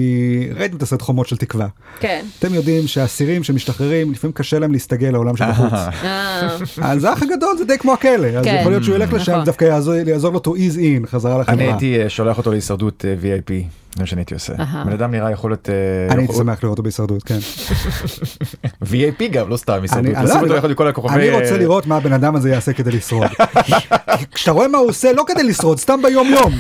Speaker 1: ראיתם את הסרט חומות של תקווה.
Speaker 2: כן.
Speaker 1: אתם יודעים שאסירים שמשתחררים, לפעמים קשה להם להסתגל לעולם שבחוץ.
Speaker 2: אה,
Speaker 1: אז האח הגדול זה די כמו הכלא, אז
Speaker 2: כן.
Speaker 1: יכול להיות שהוא ילך לשם,
Speaker 2: נכון.
Speaker 1: דווקא יעזור- יעזור לו to ease in חזרה
Speaker 3: אני
Speaker 1: לחברה.
Speaker 3: הייתי אה, שולח אותו להישרדות אה, VIP, זה מה שאני הייתי עושה.
Speaker 2: אהה.
Speaker 3: בן אדם נראה יכול להיות... אה,
Speaker 1: אני הייתי
Speaker 3: יכול-
Speaker 1: שמח לראות אותו בהישרדות, כן.
Speaker 3: VIP גם, לא סתם הישרדות.
Speaker 1: אני-
Speaker 3: תעשו
Speaker 1: לא,
Speaker 3: אותו
Speaker 1: אני-
Speaker 3: יחד עם כל הכוכבי...
Speaker 1: אני
Speaker 3: אה,
Speaker 1: רוצה לראות מה הבן אדם הזה יעשה כדי לשרוד. כי כשאתה רואה מה הוא עושה, לא כדי לשרוד, סתם ביום יום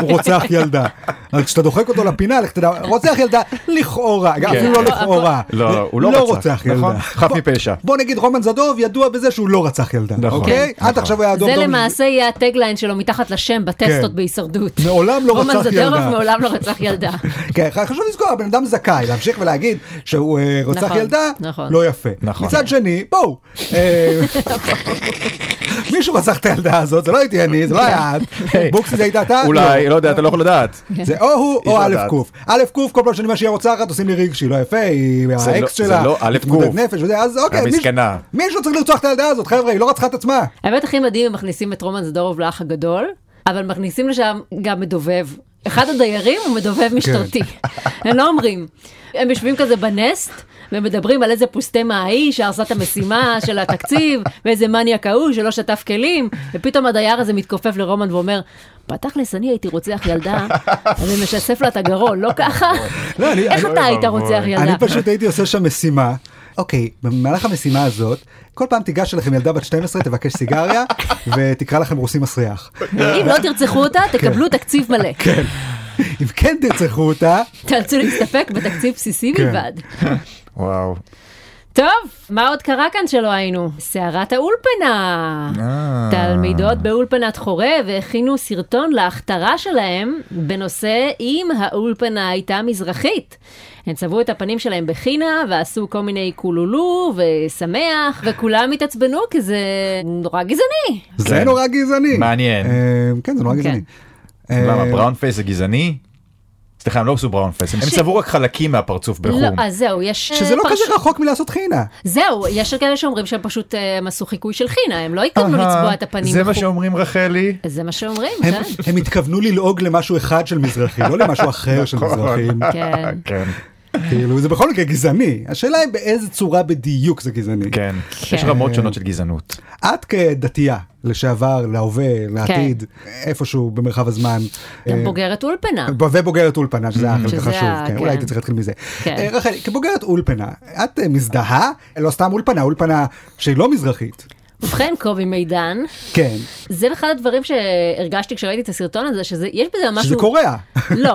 Speaker 1: הוא רוצח ילדה. אז כשאתה דוחק אותו לפינה, לך תדע, רוצח ילדה לכאורה, גם
Speaker 3: כן.
Speaker 1: אפילו לא לכאורה.
Speaker 3: לא, הוא לא
Speaker 1: לא
Speaker 3: רצח,
Speaker 1: רוצח
Speaker 3: נכון?
Speaker 1: ילדה.
Speaker 3: חף
Speaker 1: בוא-
Speaker 3: מפשע.
Speaker 1: בוא נגיד רומן זדורוב ידוע בזה שהוא לא רצח ילדה,
Speaker 3: נכון.
Speaker 1: אוקיי?
Speaker 3: כן,
Speaker 1: עד
Speaker 3: נכון.
Speaker 1: עכשיו הוא היה אדום.
Speaker 2: זה
Speaker 1: דום-
Speaker 2: למעשה יהיה הטגליין שלו מתחת לשם בטסטות
Speaker 1: כן.
Speaker 2: בהישרדות.
Speaker 1: מעולם לא
Speaker 2: רומן
Speaker 1: רצח
Speaker 2: זדרוב
Speaker 1: ילדה.
Speaker 2: מעולם לא רצח ילדה.
Speaker 1: כן, חשוב לזכור, הבן אדם זכאי להמשיך ולהגיד שהוא אה, רוצח
Speaker 2: נכון,
Speaker 1: ילדה,
Speaker 2: נכון.
Speaker 1: לא יפה.
Speaker 3: נכון.
Speaker 1: מצד שני, בואו, אה, מישהו רצח את הילדה הזאת, זה לא הייתי אני, זה לא היה את, בוקסי זה הייתה אתה,
Speaker 3: אולי, לא יודע, אתה לא יכול לדעת.
Speaker 2: כן.
Speaker 1: זה או הוא
Speaker 3: אי
Speaker 1: או
Speaker 3: אפשר
Speaker 1: א'
Speaker 3: לדעת.
Speaker 1: ק'. א' ק', כל פעם שאני אומר שהיא רוצחת, עושים לי רגשי, לא יפה, היא
Speaker 3: זה
Speaker 1: האקס
Speaker 3: לא-
Speaker 1: שלה,
Speaker 3: זה לא א' ק'.
Speaker 1: מתמודד נפש, וזה, אז אוקיי, מישהו-
Speaker 3: המסכנה.
Speaker 1: מישהו צריך לרצוח את הילדה הזאת, חבר'ה, היא לא רצחה את עצמה.
Speaker 2: האמת הכי מדהים, הם מכניסים את רומן זדורוב לאח הגדול, אבל מכניסים לשם גם מדובב. אחד הדיירים הוא
Speaker 1: כן.
Speaker 2: מדובב משטרתי. הם לא אומרים. הם יושבים כזה בנסט. ומדברים על איזה פוסטמה ההיא שהרסה את המשימה של התקציב, ואיזה מניאק ההוא שלא שטף כלים, ופתאום הדייר הזה מתכופף לרומן ואומר, בתכלס אני הייתי רוצח ילדה, אני משסף לה את הגרון, לא ככה?
Speaker 1: לא, אני-
Speaker 2: איך
Speaker 1: אני-
Speaker 2: אתה היית רוצח ילדה?
Speaker 1: אני פשוט הייתי עושה שם משימה. אוקיי, במהלך המשימה הזאת, כל פעם תיגש אליכם ילדה בת 12, תבקש סיגריה, ותקרא לכם רוסי מסריח.
Speaker 2: אם לא תרצחו אותה, תקבלו תקציב מלא.
Speaker 1: כן. אם כן תרצחו אותה,
Speaker 2: תאלצו להסתפק בתקציב בסיסי
Speaker 1: כן.
Speaker 2: בלבד.
Speaker 3: וואו.
Speaker 2: טוב, מה עוד קרה כאן שלא היינו? סערת האולפנה.
Speaker 1: אה.
Speaker 2: תלמידות באולפנת חורב הכינו סרטון להכתרה שלהם בנושא אם האולפנה הייתה מזרחית. הן צבעו את הפנים שלהם בחינה ועשו כל מיני קולולו ושמח וכולם התעצבנו כי זה נורא גזעני.
Speaker 1: זה נורא גזעני.
Speaker 3: מעניין.
Speaker 1: אה, כן, זה נורא
Speaker 2: כן.
Speaker 1: גזעני.
Speaker 3: למה,
Speaker 1: אה,
Speaker 3: בראון פייס זה גזעני? סליחה, הם לא עשו בראון פייס, הם צבעו רק חלקים מהפרצוף
Speaker 2: לא,
Speaker 3: בחום.
Speaker 2: אז זהו, יש... אה,
Speaker 1: שזה לא
Speaker 2: פרש-
Speaker 1: כזה רחוק מלעשות חינה.
Speaker 2: זהו, יש כאלה שאומרים שהם פשוט אה, הם עשו חיקוי של חינה, הם לא התכוונו
Speaker 3: אהה,
Speaker 2: לצבוע את הפנים.
Speaker 3: זה מה
Speaker 2: בחוץ.
Speaker 3: שאומרים רחלי.
Speaker 2: זה מה שאומרים,
Speaker 1: הם-
Speaker 2: כן.
Speaker 1: הם התכוונו ללעוג למשהו אחד של מזרחים, לא למשהו אחר של מזרחים.
Speaker 2: כן.
Speaker 3: נכון. כן.
Speaker 1: כאילו, זה בכל מקרה גזעני. השאלה היא באיזה צורה בדיוק זה גזעני.
Speaker 3: כן. יש רמות שונות של גזענות.
Speaker 2: כן.
Speaker 1: את כדתייה לשעבר, להווה, לעתיד, איפשהו במרחב הזמן.
Speaker 2: כן. גם
Speaker 1: אה,
Speaker 2: בוגרת אולפנה.
Speaker 1: ובוגרת אולפנה,
Speaker 3: Mhm.
Speaker 1: שזה החלק
Speaker 2: שזה
Speaker 1: החשוב,
Speaker 2: ה-
Speaker 1: כן,
Speaker 2: כן.
Speaker 1: אולי הייתי צריך להתחיל מזה.
Speaker 2: כן.
Speaker 1: אה, רחל, כבוגרת אולפנה, את אה, מזדהה, לא סתם אולפנה, אולפנה שהיא לא מזרחית.
Speaker 2: ובכן, קובי מידן,
Speaker 1: כן,
Speaker 2: זה אחד הדברים שהרגשתי כשראיתי את הסרטון הזה, שזה, יש בזה משהו...
Speaker 1: שזה קוריאה.
Speaker 2: לא,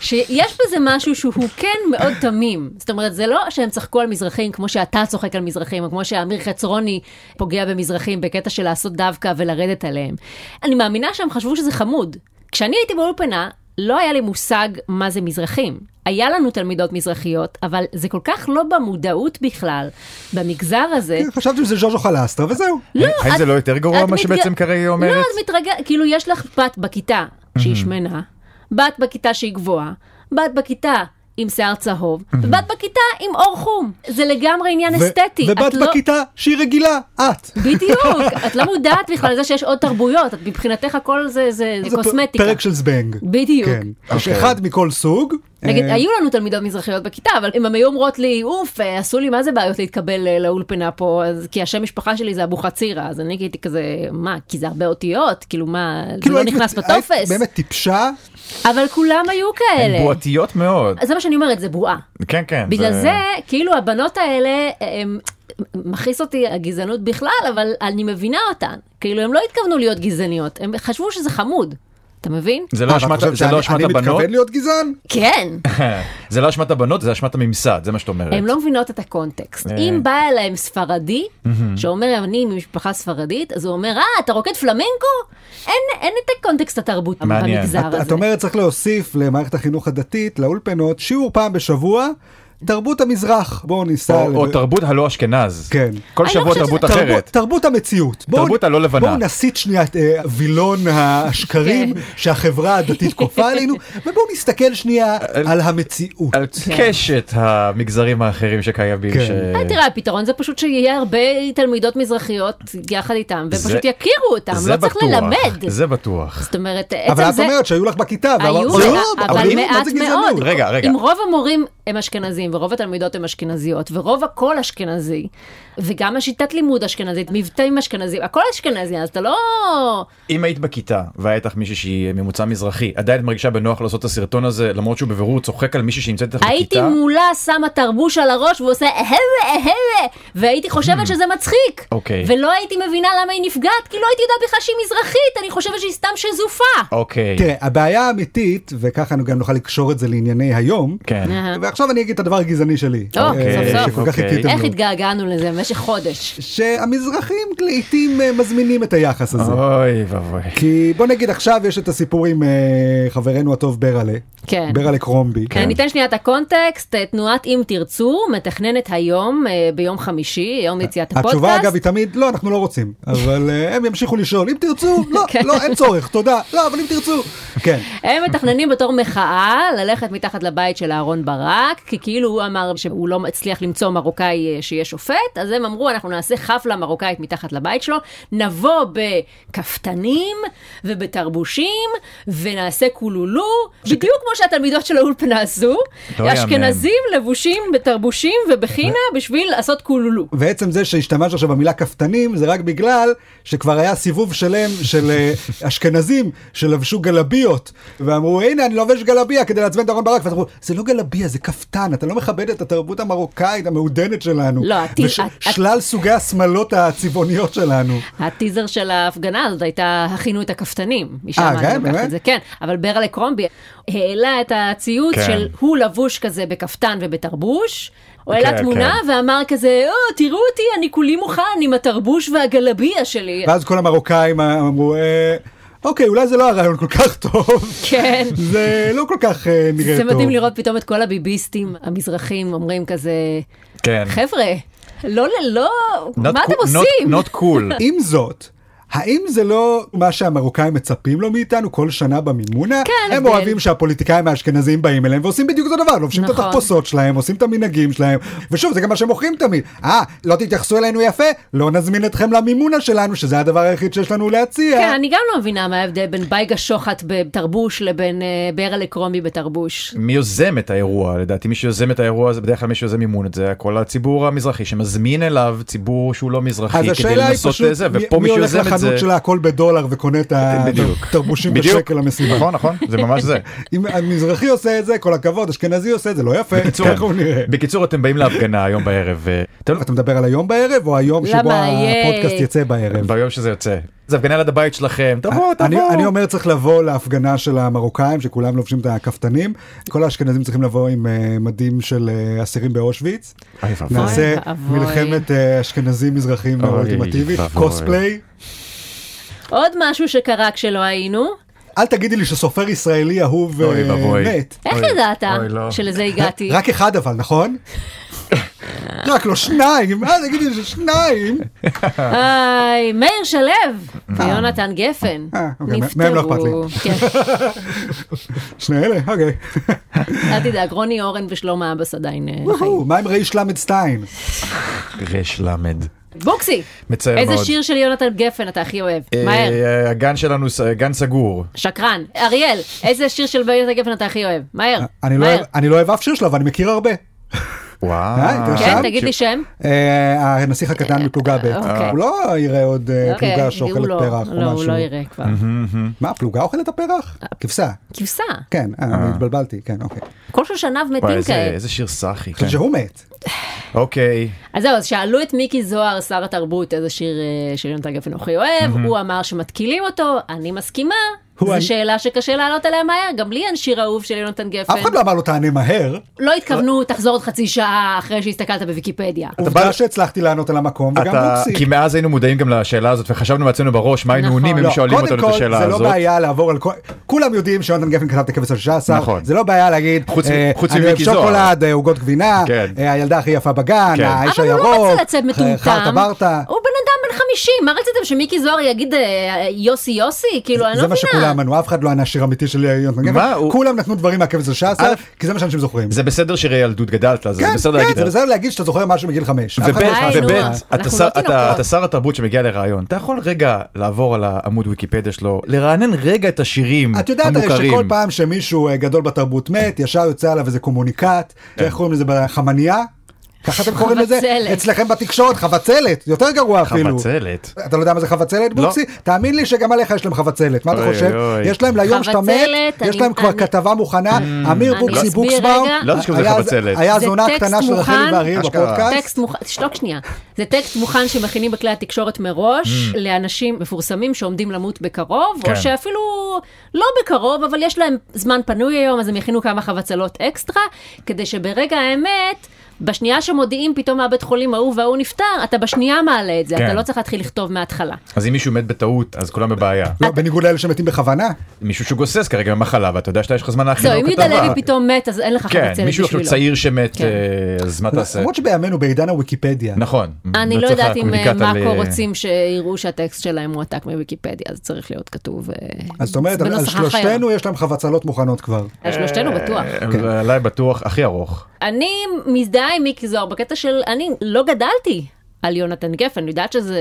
Speaker 2: שיש בזה משהו שהוא כן מאוד תמים. זאת אומרת, זה לא שהם צחקו על מזרחים כמו שאתה צוחק על מזרחים, או כמו שאמיר חצרוני פוגע במזרחים בקטע של לעשות דווקא ולרדת עליהם. אני מאמינה שהם חשבו שזה חמוד. כשאני הייתי באולפנה, לא היה לי מושג מה זה מזרחים. היה לנו תלמידות מזרחיות, אבל זה כל כך לא במודעות בכלל, במגזר הזה.
Speaker 1: חשבתי שזה ז'וז'ו חלסטרה וזהו.
Speaker 3: האם
Speaker 2: את-
Speaker 3: זה לא יותר גרוע
Speaker 2: את
Speaker 3: מה
Speaker 2: מתג-
Speaker 3: שבעצם כרגע היא
Speaker 2: לא,
Speaker 3: אומרת?
Speaker 2: את מתרגשת, כאילו יש לך בת בכיתה שהיא שמנה, בת בכיתה שהיא גבוהה, בת בכיתה עם שיער צהוב, ובת בכיתה עם אור חום. זה לגמרי עניין
Speaker 1: ו-
Speaker 2: אסתטי. את
Speaker 1: ובת
Speaker 2: לא-
Speaker 1: בכיתה שהיא רגילה, את.
Speaker 2: בדיוק, את לא מודעת בכלל לזה שיש עוד תרבויות, את מבחינתך הכל זה- זה
Speaker 1: זה פ-
Speaker 2: קוסמטיקה.
Speaker 1: פרק של זבנג.
Speaker 2: בדיוק.
Speaker 1: כן. יש
Speaker 3: אוקיי.
Speaker 1: אחד מכל סוג.
Speaker 2: נגיד,
Speaker 1: אה,
Speaker 2: היו לנו תלמידות מזרחיות בכיתה, אבל אם הן היו אומרות לי, אוף, אה, עשו לי מה זה בעיות להתקבל אה, לאולפנה פה, אז כי השם משפחה שלי זה אבוחצירה, אז אני הייתי כזה, מה, כי זה הרבה אותיות, כאילו מה, זה
Speaker 1: כאילו
Speaker 2: לא
Speaker 1: היית-
Speaker 2: נכנס
Speaker 1: היית
Speaker 2: בטופס,
Speaker 1: באמת טיפשה,
Speaker 2: אבל כולם היו כאלה.
Speaker 3: הן בועתיות מאוד.
Speaker 2: אז זה מה שאני אומרת, זה בועה.
Speaker 3: כן, כן.
Speaker 2: בגלל זה, כאילו הבנות האלה, הם... מכעיס אותי הגזענות בכלל, אבל אני מבינה אותן. כאילו, הם לא התכוונו להיות גזעניות, הם חשבו שזה חמוד. אתה מבין?
Speaker 3: זה
Speaker 1: אה,
Speaker 3: לא
Speaker 1: ואת
Speaker 3: אשמת-
Speaker 1: חושבת
Speaker 3: זה
Speaker 1: שאני-
Speaker 3: לא אשמת
Speaker 1: אני
Speaker 3: הבנות,
Speaker 1: מתכוון להיות גזען?
Speaker 2: כן.
Speaker 3: זה לא אשמת הבנות, זה אשמת הממסד, זה מה שאת אומרת.
Speaker 2: הן לא מבינות את הקונטקסט.
Speaker 3: אה.
Speaker 2: אם בא אליהם ספרדי, שאומר אני ממשפחה ספרדית, אז הוא אומר, אה, אתה רוקד פלמנקו? אין, אין את הקונטקסט התרבותי
Speaker 3: מעניין.
Speaker 2: במגזר
Speaker 1: את-
Speaker 2: הזה.
Speaker 1: את אומרת צריך להוסיף למערכת החינוך הדתית, לאולפנות, שיעור פעם בשבוע, תרבות המזרח. בואו ניסע...
Speaker 3: או
Speaker 1: לב-
Speaker 3: או תרבות הלא אשכנז.
Speaker 1: כן.
Speaker 3: כל
Speaker 2: אני לא
Speaker 3: שבוע
Speaker 2: חושבת
Speaker 3: תרבות
Speaker 2: שזה-
Speaker 1: תרבות-
Speaker 3: אחרת.
Speaker 1: תרבות המציאות. בואו-
Speaker 3: תרבות הלא לבנה.
Speaker 1: בואו נסיט שנייה את אה, וילון השקרים
Speaker 2: כן.
Speaker 1: שהחברה הדתית כופה עלינו, ובואו נסתכל שנייה על המציאות.
Speaker 3: על קשת המגזרים האחרים שקיימים.
Speaker 1: כן.
Speaker 3: ש-
Speaker 2: אה, כן. תראה, הפתרון זה פשוט שיהיה הרבה תלמידות מזרחיות יחד איתם,
Speaker 3: זה-
Speaker 2: ופשוט יכירו אותם,
Speaker 3: זה
Speaker 2: לא צריך
Speaker 3: בטוח,
Speaker 2: ללמד.
Speaker 3: זה בטוח.
Speaker 2: זאת אומרת,
Speaker 1: אבל
Speaker 2: עצם
Speaker 1: את
Speaker 2: זה...
Speaker 1: אומרת שהיו לך בכיתה,
Speaker 2: היו,
Speaker 1: ואמרת,
Speaker 2: אבל-
Speaker 1: "לא,
Speaker 2: אבל
Speaker 1: אבל מה
Speaker 2: מעט
Speaker 1: זה גזענות?"
Speaker 2: מאוד.
Speaker 3: רגע, רגע.
Speaker 2: אם רוב המורים הם אשכנזים, ורוב התלמידות הן אשכנזיות, ורוב הכל אשכנזי, וגם השיטת לימוד אשכנזית, מבטאים אשכנזים, הכל אשכנזי, אז אתה לא...
Speaker 3: אם היית בכיתה והיית לך מישהי שהיא ממוצא מזרחי, עדיין את מרגישה בנוח לעשות את הסרטון הזה, למרות שהוא בבירור צוחק על מישהי שנמצאת איתך
Speaker 2: הייתי
Speaker 3: בכיתה?
Speaker 2: מולה שמה תרבוש על הראש ועושה אהלה אהלה, והייתי חושבת שזה מצחיק.
Speaker 3: אוקיי.
Speaker 2: ולא הייתי מבינה למה היא נפגעת, כי לא הייתי יודעת בכלל שהיא מזרחית, אני חושבת שהיא סתם שזופה.
Speaker 3: אוקיי.
Speaker 1: תראה, הבעיה האמיתית, וככה גם נוכל לקשור את זה לענייני היום,
Speaker 3: כן.
Speaker 2: אהה.
Speaker 1: ועכשיו אני אגיד את הדבר הגזעני שלי,
Speaker 2: או,
Speaker 1: אה,
Speaker 2: סוף סוף.
Speaker 1: שכל כך
Speaker 3: אוקיי.
Speaker 1: חיכיתם
Speaker 2: איך
Speaker 1: לו,
Speaker 2: התגעגענו לזה במשך חודש?
Speaker 1: שהמזרחים לעיתים אה, מזמינים את היחס הזה.
Speaker 3: אוי ואבוי.
Speaker 1: כי בוא נגיד עכשיו יש את הסיפור עם אה, חברנו הטוב ברלה,
Speaker 2: כן.
Speaker 1: ברלה קרומבי.
Speaker 2: כן. ניתן שנייה את הקונטקסט, אה, תנועת אם תרצו מתכננת היום, אה, ביום חמישי, יום יציאת הפודקאסט.
Speaker 1: התשובה אגב היא תמיד לא אנחנו לא רוצים אבל אה, הם ימשיכו לשאול אם תרצו לא
Speaker 2: כן.
Speaker 1: לא אין צורך תודה לא אבל אם תרצו כן
Speaker 2: הם מתכננים בתור מחאה ללכת מתחת לבית של אהרון ברק, כי כאילו הוא אמר שהוא לא מצליח למצוא מרוקאי אה, שיהיה שופט, אז הם אמרו, אנחנו נעשה חפלה מרוקאית מתחת לבית שלו, נבוא בכפתנים ובתרבושים, ונעשה קולולו, בדיוק כמו שהתלמידות של האולפנה עשו,
Speaker 3: לא יאמן.
Speaker 2: אשכנזים לבושים בתרבושים ובחינה בשביל לעשות קולולו.
Speaker 1: ועצם זה שהשתמשת עכשיו במילה כפתנים זה רק בגלל שכבר היה סיבוב שלם של אה, אשכנזים שלבשו גלביות ואמרו הנה אני לובש גלביה כדי לעצבן את אהרן ברק ואז אמרו זה לא גלביה זה כפתן אתה לא מכבד את התרבות המרוקאית המעודנת שלנו
Speaker 2: לא, הטיל- הט-
Speaker 1: ושלל סוגי השמאלות הצבעוניות שלנו.
Speaker 2: הטיזר של ההפגנה הזאת הייתה, הכינו את הכפתנים. משם
Speaker 1: אה,
Speaker 2: אני
Speaker 1: כן?
Speaker 2: לוקחת
Speaker 1: באמת?
Speaker 2: את זה, כן, אבל ברלה קרומבי העלה את הציוץ
Speaker 3: כן.
Speaker 2: של הוא לבוש כזה בכפתן ובתרבוש. הוא העלה
Speaker 3: כן,
Speaker 2: תמונה ואמר כזה, או, תראו אותי, אני כולי מוכן עם התרבוש והגלביה שלי.
Speaker 1: ואז כל המרוקאים אמרו "אה, אוקיי אולי זה לא הרעיון כל כך טוב.
Speaker 2: כן.
Speaker 1: זה לא כל כך אה, נראה
Speaker 2: זה
Speaker 1: טוב.
Speaker 2: מדהים לראות פתאום את כל הביביסטים המזרחים אומרים כזה,
Speaker 3: כן.
Speaker 2: חבר'ה, לא, לא,
Speaker 3: Not
Speaker 2: מה אתם
Speaker 3: cool- not-
Speaker 2: עושים?
Speaker 3: Not cool.
Speaker 1: עם זאת, האם זה לא מה שהמרוקאים מצפים לו מאיתנו כל שנה במימונה?
Speaker 2: כן,
Speaker 1: הם
Speaker 2: הבדל.
Speaker 1: אוהבים שהפוליטיקאים האשכנזים באים אליהם ועושים בדיוק אותו דבר, לובשים את
Speaker 2: נכון.
Speaker 1: התחפושות שלהם, עושים את המנהגים שלהם, ושוב, זה גם מה שהם מוכרים תמיד. אה, לא תתייחסו אלינו יפה? לא נזמין אתכם למימונה שלנו, שזה הדבר היחיד שיש לנו להציע.
Speaker 2: כן, אני גם לא מבינה מה ההבדל בין בייגה שוחט בתרבוש לבין אה, ברלה קרומבי בתרבוש.
Speaker 3: מי יוזם את האירוע לדעתי מי שיוזם את האירוע זה בדרך כלל מי שיוזם מימון את זה כל הציבור המזרחי שמזמין אליו ציבור שהוא לא
Speaker 1: אז
Speaker 3: מזרחי כדי
Speaker 1: השאלה היא
Speaker 3: לנסות
Speaker 1: פשוט,
Speaker 3: את זה
Speaker 1: מי-
Speaker 3: ופה מי
Speaker 1: מי הולך
Speaker 3: שיוזם את זה.
Speaker 1: לחנות של הכל בדולר וקונה את
Speaker 3: בדיוק.
Speaker 1: התרבושים
Speaker 3: בדיוק.
Speaker 1: בשקל למסיבה.
Speaker 3: נכון נכון זה ממש זה.
Speaker 1: אם המזרחי עושה את זה, כל הכבוד, אשכנזי עושה את זה, לא יפה,
Speaker 3: בקיצור,
Speaker 1: ככה הוא נראה.
Speaker 3: כן. בקיצור אתם באים להפגנה היום בערב אה, אתם לא-
Speaker 1: אתה מדבר על היום בערב או היום שבו
Speaker 2: למה, יהיה?
Speaker 1: הפודקאסט יצא בערב? אה,
Speaker 3: ביום שזה יוצא זה הפגנה ליד הבית שלכם תבואו
Speaker 1: אני, אני
Speaker 3: תבואו.
Speaker 1: אומר צריך לבוא להפגנה של המרוקאים שכולם לובשים את הכפתנים כל האשכנזים צריכים לבוא עם אה, מדים של אה, אסירים באושוויץ
Speaker 3: אוי ואבוי.
Speaker 1: נעשה
Speaker 2: ואבוי.
Speaker 1: מלחמת אה, אשכנזים מזרחים
Speaker 3: אוי
Speaker 1: אולטימטיבית
Speaker 3: ואבוי.
Speaker 1: קוספליי
Speaker 2: עוד משהו שקרה כשלא היינו,
Speaker 1: אל תגידי לי שסופר ישראלי אהוב
Speaker 3: אוי
Speaker 1: אה,
Speaker 3: ואבוי.
Speaker 1: מת
Speaker 2: איך
Speaker 3: אוי,
Speaker 2: ידעת
Speaker 3: אוי, לא.
Speaker 2: שלזה הגעתי?
Speaker 1: רק אחד אבל נכון רק לא שניים, מה תגידי ששניים?
Speaker 2: היי, מאיר שלו ויונתן גפן
Speaker 1: אה, אוקיי,
Speaker 2: נפטרו.
Speaker 1: מהם לא אכפת לי.
Speaker 2: כן,
Speaker 1: שני אלה, אוקיי.
Speaker 2: אל תדאג, רוני אורן ושלמה אבס עדיין אה, חיים.
Speaker 1: וואו, מה עם ריש למד סטיין?
Speaker 3: רש למד.
Speaker 2: בוקסי,
Speaker 3: מצער מאוד.
Speaker 2: איזה שיר של יונתן גפן אתה הכי אוהב?
Speaker 3: אה,
Speaker 2: מהר.
Speaker 3: הגן שלנו, ס- אה, גן סגור.
Speaker 2: שקרן. אריאל, איזה שיר של יונתן גפן אתה הכי אוהב? מהר,
Speaker 1: אני לא
Speaker 2: מהר.
Speaker 1: אוהב- אני לא אוהב אף שיר שלו, אבל אני מכיר הרבה. אה,
Speaker 3: וואו.
Speaker 1: אתה
Speaker 2: כן,
Speaker 1: שם?
Speaker 2: תגיד לי שם.
Speaker 1: אה, הנסיך הקטן מפלוגה ב',
Speaker 2: אוקיי.
Speaker 1: הוא לא יראה עוד אה,
Speaker 2: אוקיי,
Speaker 1: פלוגה
Speaker 2: הוא
Speaker 1: שאוכלת
Speaker 2: לא-
Speaker 1: פרח או
Speaker 2: לא, הוא
Speaker 1: משהו.
Speaker 2: לא יראה אה. כבר.
Speaker 1: מה, פלוגה אוכלת את הפרח? כבשה.
Speaker 2: כבשה.
Speaker 1: כן, אה, אני התבלבלתי, כן, אוקיי. אני
Speaker 2: כל שושניו
Speaker 3: וואי,
Speaker 2: מתים
Speaker 3: איזה-
Speaker 2: כעת.
Speaker 3: איזה שיר סאחי. כן.
Speaker 1: חושב שהוא מת.
Speaker 3: אוקיי.
Speaker 2: אז זהו, אז שאלו את מיקי זוהר, שר התרבות, איזה שיר אה, של יונתן גפן אוכי אוהב, הוא אמר שמתקילים אותו, אני מסכימה.
Speaker 1: הוא-
Speaker 2: זו שאלה שקשה לענות עליה מהר, גם לי אין שיר אהוב של יונתן גפן.
Speaker 1: אף אחד לא אמר לו תענה מהר.
Speaker 2: לא התכוונו, תחזור עוד חצי שעה אחרי שהסתכלת בוויקיפדיה.
Speaker 1: עובדה
Speaker 3: בא-
Speaker 1: שהצלחתי לענות על המקום, וגם
Speaker 3: אתה,
Speaker 1: בוקסי.
Speaker 3: כי מאז היינו מודעים גם לשאלה הזאת וחשבנו לעצמנו בראש מה היינו
Speaker 2: נכון.
Speaker 3: עונים אם
Speaker 2: לא,
Speaker 3: שואלים אותנו את השאלה
Speaker 1: קודם כל, זה
Speaker 3: הזאת.
Speaker 1: לא בעיה לעבור על כל... כולם יודעים שיונתן גפן כתב את הכבש ה-16.
Speaker 3: נכון.
Speaker 1: זה לא בעיה להגיד,
Speaker 3: חוץ מ-
Speaker 1: אה,
Speaker 3: חוץ
Speaker 1: אני אוהב
Speaker 3: ממיקי זוהר.
Speaker 1: שוקולד, אה, עוגות גבינה,
Speaker 3: כן.
Speaker 1: אה, הילדה הכי יפה בגן, אה,
Speaker 3: כן.
Speaker 1: האיש
Speaker 2: אבל הוא
Speaker 1: הירוק, אה,
Speaker 2: לא רצה לצאת מטומטם.
Speaker 1: חרטה ברטה.
Speaker 2: הוא בן אדם בן 50, מה רציתם שמיקי זוהר יגיד אה, יוסי יוסי? כאילו, אני לא
Speaker 1: זה מה
Speaker 2: מבינה.
Speaker 1: שכולם ענו, אף אחד לא ענה שיר אמיתי של יונתן
Speaker 3: מה,
Speaker 1: גפן,
Speaker 3: הוא-
Speaker 1: אה, כולם נתנו דברים מהכבש ה-16,
Speaker 3: א',
Speaker 1: כי זה מה שאנשים זוכרים.
Speaker 3: זה בסדר שירי ילדות גדלת, אז זה
Speaker 1: כן,
Speaker 3: בסדר
Speaker 1: כן,
Speaker 3: להגיד.
Speaker 1: זה בסדר להגיד שאתה זוכר משהו מגיל חמש. אף אחד
Speaker 3: ובית,
Speaker 1: לא
Speaker 2: די,
Speaker 1: שאל.
Speaker 2: נו,
Speaker 3: ובית,
Speaker 2: אנחנו
Speaker 3: אתה
Speaker 2: לא
Speaker 3: שר- אתה-
Speaker 2: תינוקות.
Speaker 3: אתה שר התרבות שמגיע לראיון, אתה יכול רגע לעבור על העמוד ויקיפדיה שלו, לרענן רגע את השירים
Speaker 1: את יודעת הרי שכל
Speaker 3: המוכרים.
Speaker 1: פעם שמישהו אה, גדול בתרבות מת, ישר יוצא עליו איזה קומוניקט,
Speaker 3: כן.
Speaker 1: איך קוראים לזה, חמניה? ככה אתם קוראים לזה?
Speaker 2: חבצלת.
Speaker 1: אצלכם בתקשורת, חבצלת, יותר גרוע אפילו.
Speaker 3: חבצלת.
Speaker 1: אתה לא יודע מה זה חבצלת,
Speaker 3: לא.
Speaker 1: בוקסי? תאמין לי שגם עליך יש להם חבצלת, מה אתה
Speaker 3: אוי,
Speaker 1: חושב?
Speaker 3: אוי.
Speaker 1: יש להם ליום שאתה מת,
Speaker 2: חבצלת,
Speaker 1: יש
Speaker 2: אני-
Speaker 1: להם כבר
Speaker 2: אני-
Speaker 1: כתבה מוכנה, אמיר
Speaker 2: אני
Speaker 1: בוקסי
Speaker 2: אסביר
Speaker 1: בוקסבאום,
Speaker 2: רגע.
Speaker 3: לא יודעת שקוראים לזה
Speaker 1: היה-
Speaker 3: חבצלת.
Speaker 1: היה
Speaker 2: זה
Speaker 1: זונה
Speaker 2: טקסט
Speaker 1: קטנה של רחלי
Speaker 2: מוכן.
Speaker 1: ואריאל
Speaker 3: אשכרה.
Speaker 1: בפודקאסט,
Speaker 2: טקסט מוכן, תשתוק שנייה, זה טקסט מוכן שמכינים בכלי התקשורת מראש לאנשים מפורסמים שעומדים למות בקרוב,
Speaker 3: Mm. כן.
Speaker 2: או שאפילו לא בקרוב, אבל יש להם זמן פנוי היום, אז הם יכינו כמה חבצלות אקסטרה, כדי שברגע האמת... בשנייה שמודיעים פתאום מהבית חולים ההוא וההוא נפטר, אתה בשנייה מעלה את זה,
Speaker 3: כן.
Speaker 2: אתה לא צריך להתחיל לכתוב מההתחלה.
Speaker 3: אז אם מישהו מת בטעות, אז כולם בבעיה.
Speaker 1: לא, בניגוד לאלה שמתים בכוונה,
Speaker 3: מישהו שגוסס כרגע במחלה, ואתה יודע שאתה יש לך זמן להכין
Speaker 2: זהו,
Speaker 3: לו
Speaker 2: אם
Speaker 3: כתבה.
Speaker 2: יהודה לוי פתאום מת, אז אין לך
Speaker 3: כן,
Speaker 2: חבצלת
Speaker 3: מישהו
Speaker 2: בשבילו.
Speaker 3: עכשיו צעיר שמת,
Speaker 2: כן.
Speaker 3: אה, אז
Speaker 1: לא,
Speaker 3: מה תעשה?
Speaker 1: למרות שבימינו בעידן הוויקיפדיה,
Speaker 3: נכון.
Speaker 2: אני לא
Speaker 3: צריך
Speaker 2: יודעת אם אה,
Speaker 3: הקומוניקט על,
Speaker 2: מאקו
Speaker 3: אה,
Speaker 2: רוצים שיראו שהטקסט שלהם מועתק מוויקיפדיה, אז צריך להיות כתוב אה,
Speaker 1: אז זאת אומרת, על- על
Speaker 2: בנוסח אחר.
Speaker 1: שלושתנו יש להם חבצלות מוכנות כבר.
Speaker 2: על שלושתנו בטוח.
Speaker 1: כן.
Speaker 3: אה, עליי בטוח, הכי ארוך.
Speaker 2: אני מזדהה עם מיקי זוהר בקטע של אני לא גדלתי. על יונתן גפן, אני יודעת שזה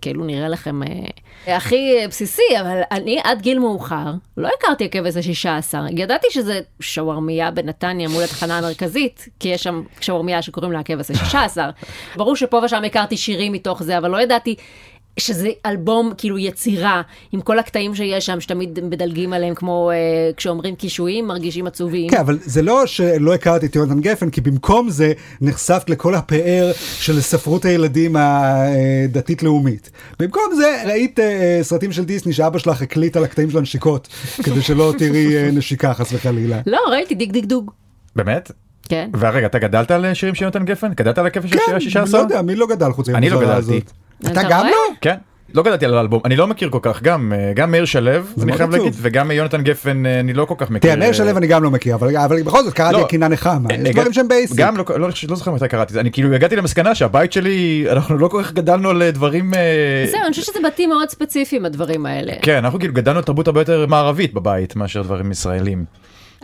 Speaker 2: כאילו נראה לכם אה, הכי אה, בסיסי, אבל אני עד גיל מאוחר לא הכרתי הכבש ה-16. ידעתי שזה שווארמיה בנתניה מול התחנה המרכזית, כי יש שם שווארמיה שקוראים לה הכבש ה-16. ברור שפה ושם הכרתי שירים מתוך זה, אבל לא ידעתי שזה אלבום כאילו יצירה, עם כל הקטעים שיש שם, שתמיד מדלגים עליהם, כמו אה, כשאומרים קישואים, מרגישים עצובים.
Speaker 1: כן, אבל זה לא שלא הכרתי את יונתן גפן, כי במקום זה נחשפת לכל הפאר של ספרות הילדים הדתית-לאומית. במקום זה ראית אה, סרטים של דיסני שאבא שלך הקליט על הקטעים של הנשיקות, כדי שלא תראי אה, נשיקה חס וחלילה.
Speaker 2: לא, ראיתי דיג דיג דוג.
Speaker 3: באמת?
Speaker 2: כן.
Speaker 3: ורגע, אתה גדלת על שירים של יונתן גפן? גדלת על הכיף של שירי
Speaker 1: כן,
Speaker 3: ה-16?
Speaker 1: לא יודע, מי לא גדל חוץ
Speaker 3: אני לא
Speaker 1: מהמוזרה
Speaker 3: גדלתי.
Speaker 1: הזאת? אתה
Speaker 2: אתה
Speaker 1: גם
Speaker 2: רואה?
Speaker 1: לא?
Speaker 3: כן. לא גדלתי על האלבום, אני לא מכיר כל כך, גם, אה, גם מאיר שלו, אני
Speaker 1: מאוד עצוב.
Speaker 3: חייב להגיד, וגם יונתן גפן אה, אני לא כל כך מכיר.
Speaker 1: תראה, מאיר שלו אני גם לא מכיר, אבל- אבל בכל זאת קראתי
Speaker 3: לא.
Speaker 1: הקינה נחמה,
Speaker 3: אה,
Speaker 1: יש
Speaker 3: נגד-
Speaker 1: דברים שהם בייסיק.
Speaker 3: גם לא, לא, לא זוכר מתי קראתי את זה, אני כאילו הגעתי למסקנה שהבית שלי, אנחנו לא כל כך גדלנו על אה, דברים, אה,
Speaker 2: זהו, אני חושבת שזה בתים מאוד ספציפיים הדברים האלה.
Speaker 3: כן, אנחנו כאילו גדלנו על תרבות הרבה יותר מערבית בבית מאשר דברים ישראלים.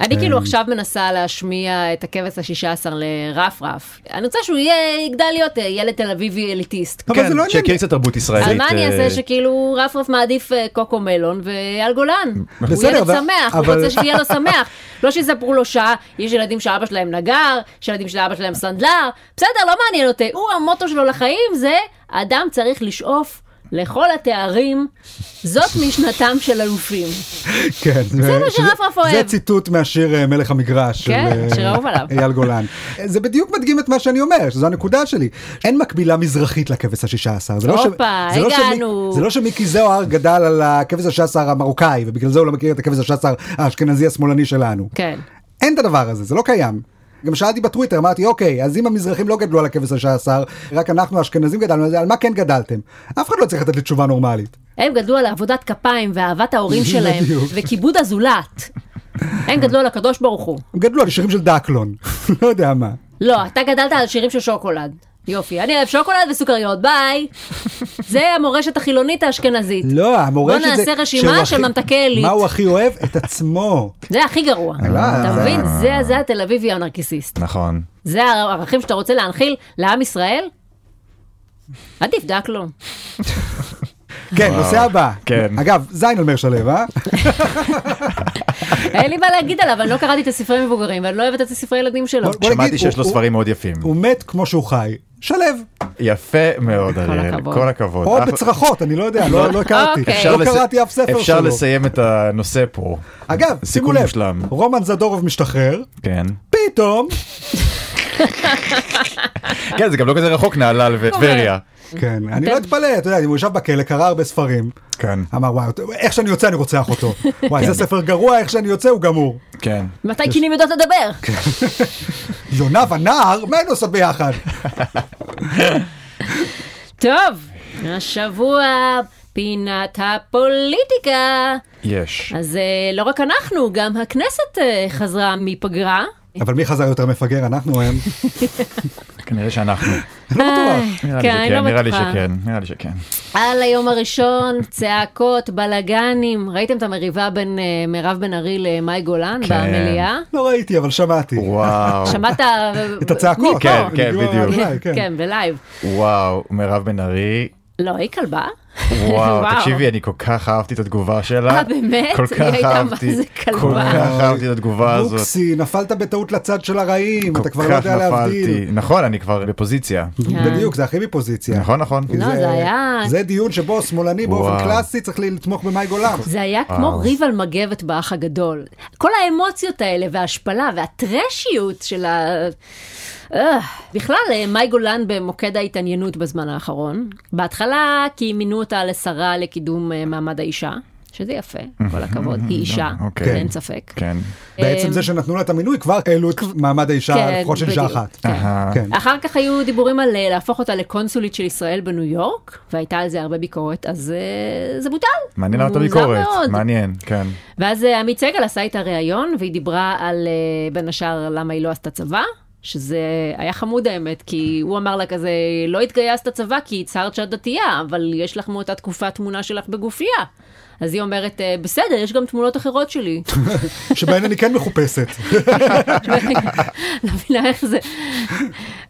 Speaker 2: אני כאילו עכשיו מנסה להשמיע את הכבש השישה עשר לרפרף. אני רוצה שהוא יהיה, יגדל להיות אה, ילד תל אביבי אליטיסט.
Speaker 1: אבל זה לא
Speaker 3: שיכיר
Speaker 1: עניין.
Speaker 3: קצת כן, תרבות ישראלית.
Speaker 2: אז מה אני
Speaker 3: אה,
Speaker 2: אעשה שכאילו רפרף מעדיף אה, קוקו מלון ואייל גולן? הוא
Speaker 1: בסדר,
Speaker 2: ילד
Speaker 1: אבל-
Speaker 2: שמח, הוא
Speaker 1: אבל-
Speaker 2: רוצה שיהיה לו שמח. לא שיספרו לו שעה, יש ילדים שאבא שלהם נגר, יש ילדים שאבא שלהם סנדלר, בסדר, לא מעניין אותי. הוא, המוטו שלו לחיים זה, אדם צריך לשאוף לכל התארים, זאת משנתם של אלופים.
Speaker 1: כן. זה
Speaker 2: מה שרפרף אוהב.
Speaker 1: זה ציטוט מהשיר אה, מלך המגרש. של,
Speaker 2: כן,
Speaker 1: אה,
Speaker 2: שיר אהוב עליו.
Speaker 1: אייל גולן. זה בדיוק מדגים את מה שאני אומר, שזו הנקודה שלי. אין מקבילה מזרחית לכבש השישה עשר. זה לא ש-
Speaker 2: הופה,
Speaker 1: זה לא שמי-
Speaker 2: הגענו.
Speaker 1: זה לא שמיקי זוהר גדל על הכבש השישה עשר המרוקאי, ובגלל זה הוא לא מכיר את הכבש השישה עשר האשכנזי השמאלני שלנו.
Speaker 2: כן.
Speaker 1: אין את הדבר הזה, זה לא קיים. גם שאלתי בטוויטר, אמרתי, אוקיי, אז אם המזרחים לא גדלו על הכבש השישה עשר, רק אנחנו האשכנזים גדלנו על זה, על מה כן גדלתם? אף אחד לא צריך לתת לי תשובה נורמלית.
Speaker 2: הם גדלו על עבודת כפיים ואהבת ההורים שלהם,
Speaker 1: בדיוק.
Speaker 2: וכיבוד הזולת. הם גדלו על הקדוש ברוך הוא.
Speaker 1: הם גדלו על שירים של דקלון, לא יודע מה.
Speaker 2: לא, אתה גדלת על שירים של שוקולד. יופי, אני אוהב שוקולד וסוכריות, ביי. זה המורשת החילונית האשכנזית.
Speaker 1: לא, המורשת זה...
Speaker 2: בוא נעשה רשימה
Speaker 1: שהוא
Speaker 2: של
Speaker 1: הכי-
Speaker 2: ממתקי עילית.
Speaker 1: מה הוא הכי אוהב? את עצמו.
Speaker 2: זה הכי גרוע.
Speaker 1: אה,
Speaker 2: אתה
Speaker 1: זה-
Speaker 2: מבין? זה, זה התל אביבי הנרקיסיסט.
Speaker 3: נכון.
Speaker 2: זה הערכים שאתה רוצה להנחיל לעם ישראל? עדיף דק לו.
Speaker 1: כן, נושא הבא.
Speaker 3: כן.
Speaker 1: אגב, זין על מאיר שלו, אה?
Speaker 2: אין לי מה להגיד עליו, אני לא קראתי את הספרי מבוגרים, ואני לא אוהבת את הספרי ילדים שלו.
Speaker 1: בוא נגיד,
Speaker 3: שמעתי שיש
Speaker 1: הוא-
Speaker 3: לו
Speaker 1: הוא-
Speaker 3: ספרים מאוד יפים.
Speaker 1: הוא מת כמו שהוא חי. שלו.
Speaker 3: יפה מאוד,
Speaker 2: כל
Speaker 3: אריאל.
Speaker 2: הכבוד.
Speaker 3: כל הכבוד.
Speaker 1: או
Speaker 3: אחלה-
Speaker 1: בצרחות, אני לא יודע, לא לא הכרתי.
Speaker 2: אוקיי.
Speaker 3: אה. אפשר
Speaker 1: לא
Speaker 3: לס-
Speaker 1: קראתי אף ספר
Speaker 3: אפשר
Speaker 1: שלו.
Speaker 3: לסיים את הנושא פה.
Speaker 1: אגב, שימו
Speaker 3: סיכום
Speaker 1: לב,
Speaker 3: מושלם.
Speaker 1: רומן זדורוב משתחרר,
Speaker 3: כן.
Speaker 1: פתאום,
Speaker 3: כן, זה גם לא כזה רחוק נהלל וטבריה.
Speaker 1: כן, אני לא אתפלא, אתה יודע, אם הוא ישב בכלא, קרא הרבה ספרים,
Speaker 3: כן.
Speaker 1: אמר וואי, איך שאני יוצא אני רוצח אותו.
Speaker 2: כן.
Speaker 1: וואי, זה ספר גרוע, איך שאני יוצא הוא גמור.
Speaker 3: כן.
Speaker 2: מתי קינים יודעות לדבר?
Speaker 1: יונה ונער, מה הן עושות ביחד?
Speaker 2: טוב, השבוע פינת הפוליטיקה.
Speaker 3: יש.
Speaker 2: אז אה, לא רק אנחנו, גם הכנסת אה, חזרה מפגרה.
Speaker 1: אבל מי חזר יותר מפגר, אנחנו או הם?
Speaker 3: כנראה שאנחנו.
Speaker 1: לא בטוח.
Speaker 3: נראה לי
Speaker 2: כן, אני
Speaker 3: שכן,
Speaker 2: לא
Speaker 3: נראה לי
Speaker 2: בטוחה.
Speaker 3: שכן, נראה לי שכן.
Speaker 2: על היום הראשון, צעקות, בלאגנים. ראיתם את המריבה בין אה, מירב בן ארי למאי גולן
Speaker 3: כן.
Speaker 2: במליאה?
Speaker 1: לא ראיתי, אבל שמעתי.
Speaker 3: וואו,
Speaker 2: שמעת? אה,
Speaker 1: את הצעקות.
Speaker 2: מפה.
Speaker 3: כן, כן,
Speaker 1: אני כבר-
Speaker 3: בדיוק.
Speaker 1: אולי, כן.
Speaker 2: כן, בלייב.
Speaker 3: וואו, מירב בן ארי,
Speaker 2: לא, היא כלבה.
Speaker 3: וואו, תקשיבי, אני כל כך אהבתי את התגובה שלה.
Speaker 2: אה, באמת?
Speaker 3: כל
Speaker 2: היא
Speaker 3: כך
Speaker 2: הייתה מה
Speaker 3: אהבתי,
Speaker 2: זה כלבה.
Speaker 3: כל כך אהבתי את התגובה הזאת.
Speaker 1: לוקסי, נפלת בטעות לצד של הרעים,
Speaker 3: כל
Speaker 1: אתה כבר לא
Speaker 3: כך
Speaker 1: יודע להבדיל.
Speaker 3: נפלתי. נכון, אני כבר בפוזיציה.
Speaker 2: כן.
Speaker 1: בדיוק, זה הכי מפוזיציה.
Speaker 3: נכון, נכון.
Speaker 1: כי
Speaker 2: לא, זה היה-
Speaker 1: זה דיון שבו שמאלני באופן
Speaker 3: וואו.
Speaker 1: קלאסי צריך לתמוך במאי גולן.
Speaker 2: זה היה
Speaker 3: אה,
Speaker 2: כמו ריב על מגבת באח הגדול. כל האמוציות האלה וההשפלה והטרשיות של ה... אה, בכלל, אה, מאי גולן במוקד ההתעניינות בזמן האחרון. בהתחלה כי מינו אותה לשרה לקידום אה, מעמד האישה, שזה יפה, כל הכבוד, היא אישה,
Speaker 3: Mhm. אוקיי.
Speaker 2: אין ספק.
Speaker 3: כן.
Speaker 1: בעצם זה שנתנו לה את המינוי כבר העלו את מעמד האישה
Speaker 2: אמ- כן,
Speaker 1: לפחות של אישה
Speaker 2: בדיוק,
Speaker 1: אחת.
Speaker 2: כן.
Speaker 3: אהה.
Speaker 1: כן.
Speaker 2: אחר כך היו דיבורים על אה, להפוך אותה לקונסולית של ישראל בניו יורק, והייתה על זה הרבה ביקורת, אז אה, זה בוטל.
Speaker 3: מעניין למה את
Speaker 2: מוזר
Speaker 3: הביקורת.
Speaker 2: מאוד.
Speaker 3: מעניין, כן.
Speaker 2: ואז אה, עמית סגל עשה איתה ראיון, והיא דיברה על, אה, בין השאר, למה היא לא עשתה צבא, שזה היה חמוד האמת, כי הוא אמר לה כזה, לא התגייסת לצבא כי הצהרת שאת דתייה, אבל יש לך מאותה תקופה תמונה שלך בגופייה. אז היא אומרת, "אה, בסדר, יש גם תמונות אחרות שלי.
Speaker 1: שבהן אני כן מחופשת.
Speaker 2: לא מבינה איך זה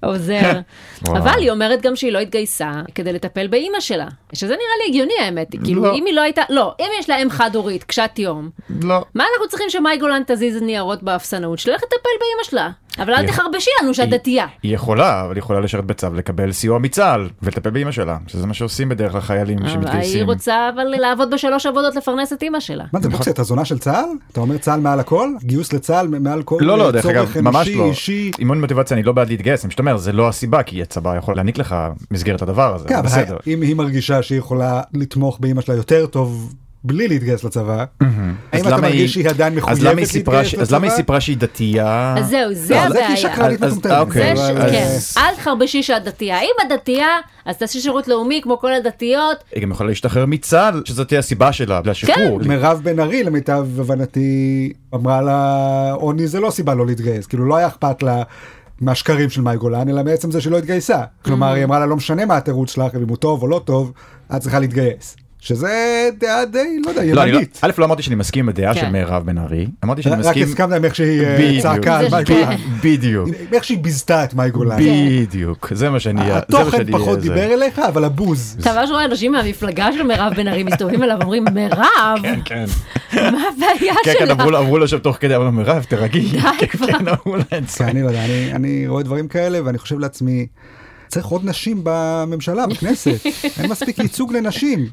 Speaker 2: עוזר.
Speaker 3: וואו.
Speaker 2: אבל היא אומרת גם שהיא לא התגייסה כדי לטפל באימא שלה, שזה נראה לי הגיוני האמת, כאילו
Speaker 3: לא.
Speaker 2: אם היא לא הייתה, לא, אם יש לה אם חד-הורית, קשת יום,
Speaker 3: לא.
Speaker 2: מה אנחנו צריכים שמאי גולן תזיז ניירות באפסנאות? שלא לטפל באימא שלה. אבל אל
Speaker 3: היא-
Speaker 2: תחרבשי לנו שאת
Speaker 3: כן. היא-
Speaker 2: דתייה.
Speaker 3: היא יכולה, אבל היא יכולה לשרת בצו, לקבל סיוע מצה"ל ולטפל באימא שלה, שזה מה שעושים בדרך כלל חיילים
Speaker 2: אבל אה, היא
Speaker 3: שמתגייסים.
Speaker 2: רוצה אבל לעבוד בשלוש עבודות לפרנס את אימא שלה.
Speaker 1: מה זה
Speaker 3: נכון.
Speaker 1: בוקסי, אתה זונה של צה"ל? אתה אומר צה"ל מעל הכל? גיוס לצה"ל מעל כל
Speaker 3: לא, לא,
Speaker 1: אה,
Speaker 3: דרך
Speaker 1: צורך
Speaker 3: אגב, ממש
Speaker 1: אנושי,
Speaker 3: לא.
Speaker 1: אישי?
Speaker 3: עם המון מוטיבציה אני לא בעד להתגייס, אני פשוט אומר, זה לא הסיבה, כי הצבא יכול להעניק לך מסגרת הדבר הזה,
Speaker 1: כן,
Speaker 3: אבל
Speaker 1: אבל
Speaker 3: בסדר.
Speaker 1: אם היא מרגישה שהיא יכולה לתמוך באימא שלה יותר טוב בלי להתגייס לצבא,
Speaker 3: Mm-hmm. אז
Speaker 1: האם אתה
Speaker 3: למה היא-
Speaker 1: מרגיש שהיא עדיין
Speaker 3: אז למה היא
Speaker 1: מחויבת
Speaker 3: סיפרה ש-
Speaker 1: להתגייס
Speaker 3: אז למה היא
Speaker 1: לצבא?
Speaker 3: סיפרה שהיא דתייה?
Speaker 2: אז זהו,
Speaker 1: לא,
Speaker 2: זה
Speaker 1: זה כי
Speaker 2: הבעיה.
Speaker 1: היא שקרנית
Speaker 3: אז- אז-
Speaker 1: מטומטמת.
Speaker 3: אוקיי,
Speaker 2: זה ש...
Speaker 1: אבל- אה,
Speaker 2: כן,
Speaker 3: אז-
Speaker 2: אל תחרבשי שאת דתייה. אם את דתייה, אז תעשי שירות לאומי כמו כל הדתיות.
Speaker 3: היא גם יכולה להשתחרר מצה"ל, שזאת תהיה הסיבה שלה,
Speaker 2: כן.
Speaker 3: לשחרור.
Speaker 1: מירב בן ארי למיטב הבנתי אמרה לה עוני זה לא סיבה לא להתגייס כאילו לא היה אכפת לה מהשקרים של מאי גולן אלא מעצם זה שהיא לא התגייסה
Speaker 2: Mm-hmm.
Speaker 1: כלומר היא אמרה לה לא משנה מה התירוץ שלך אם הוא טוב או לא טוב את צריכה להתגייס שזה דעה די לא יודע
Speaker 3: לא, אני לא-
Speaker 1: ימנית.
Speaker 3: א', לא אמרתי שאני מסכים עם הדעה
Speaker 2: כן.
Speaker 3: של מירב בן ארי, אמרתי שאני
Speaker 1: רק
Speaker 3: מסכים...
Speaker 1: הסכמת עם איך שהיא אה,
Speaker 3: בדיוק.
Speaker 1: צעקה על
Speaker 2: זה
Speaker 1: מאי
Speaker 2: שכן.
Speaker 1: גולן.
Speaker 3: בדיוק,
Speaker 1: עם איך שהיא ביזתה את מאי גולן.
Speaker 3: בדיוק, זה מה שאני... זה מה
Speaker 1: התוכן
Speaker 3: שאני-
Speaker 1: פחות
Speaker 3: זה.
Speaker 1: דיבר אליך אבל הבוז.
Speaker 2: אתה ממש רואה אנשים מהמפלגה של מירב בן ארי מסתובבים אליו ואומרים, מירב,
Speaker 3: כן, כן.
Speaker 2: מה הבעיה
Speaker 3: כן, כן,
Speaker 2: שלך?
Speaker 3: עברו לו- עברו לו שם תוך כדי, אמרו לו, מירב, תרגי.
Speaker 2: די
Speaker 3: כן,
Speaker 2: כבר.
Speaker 3: כן, אמרו לה את
Speaker 1: כן,
Speaker 3: זה.
Speaker 1: אני לא יודע, אני- אני רואה דברים כאלה ואני חושב לעצמי, צריך עוד נשים בממשלה, בכנסת. אין מספיק ייצוג לנשים.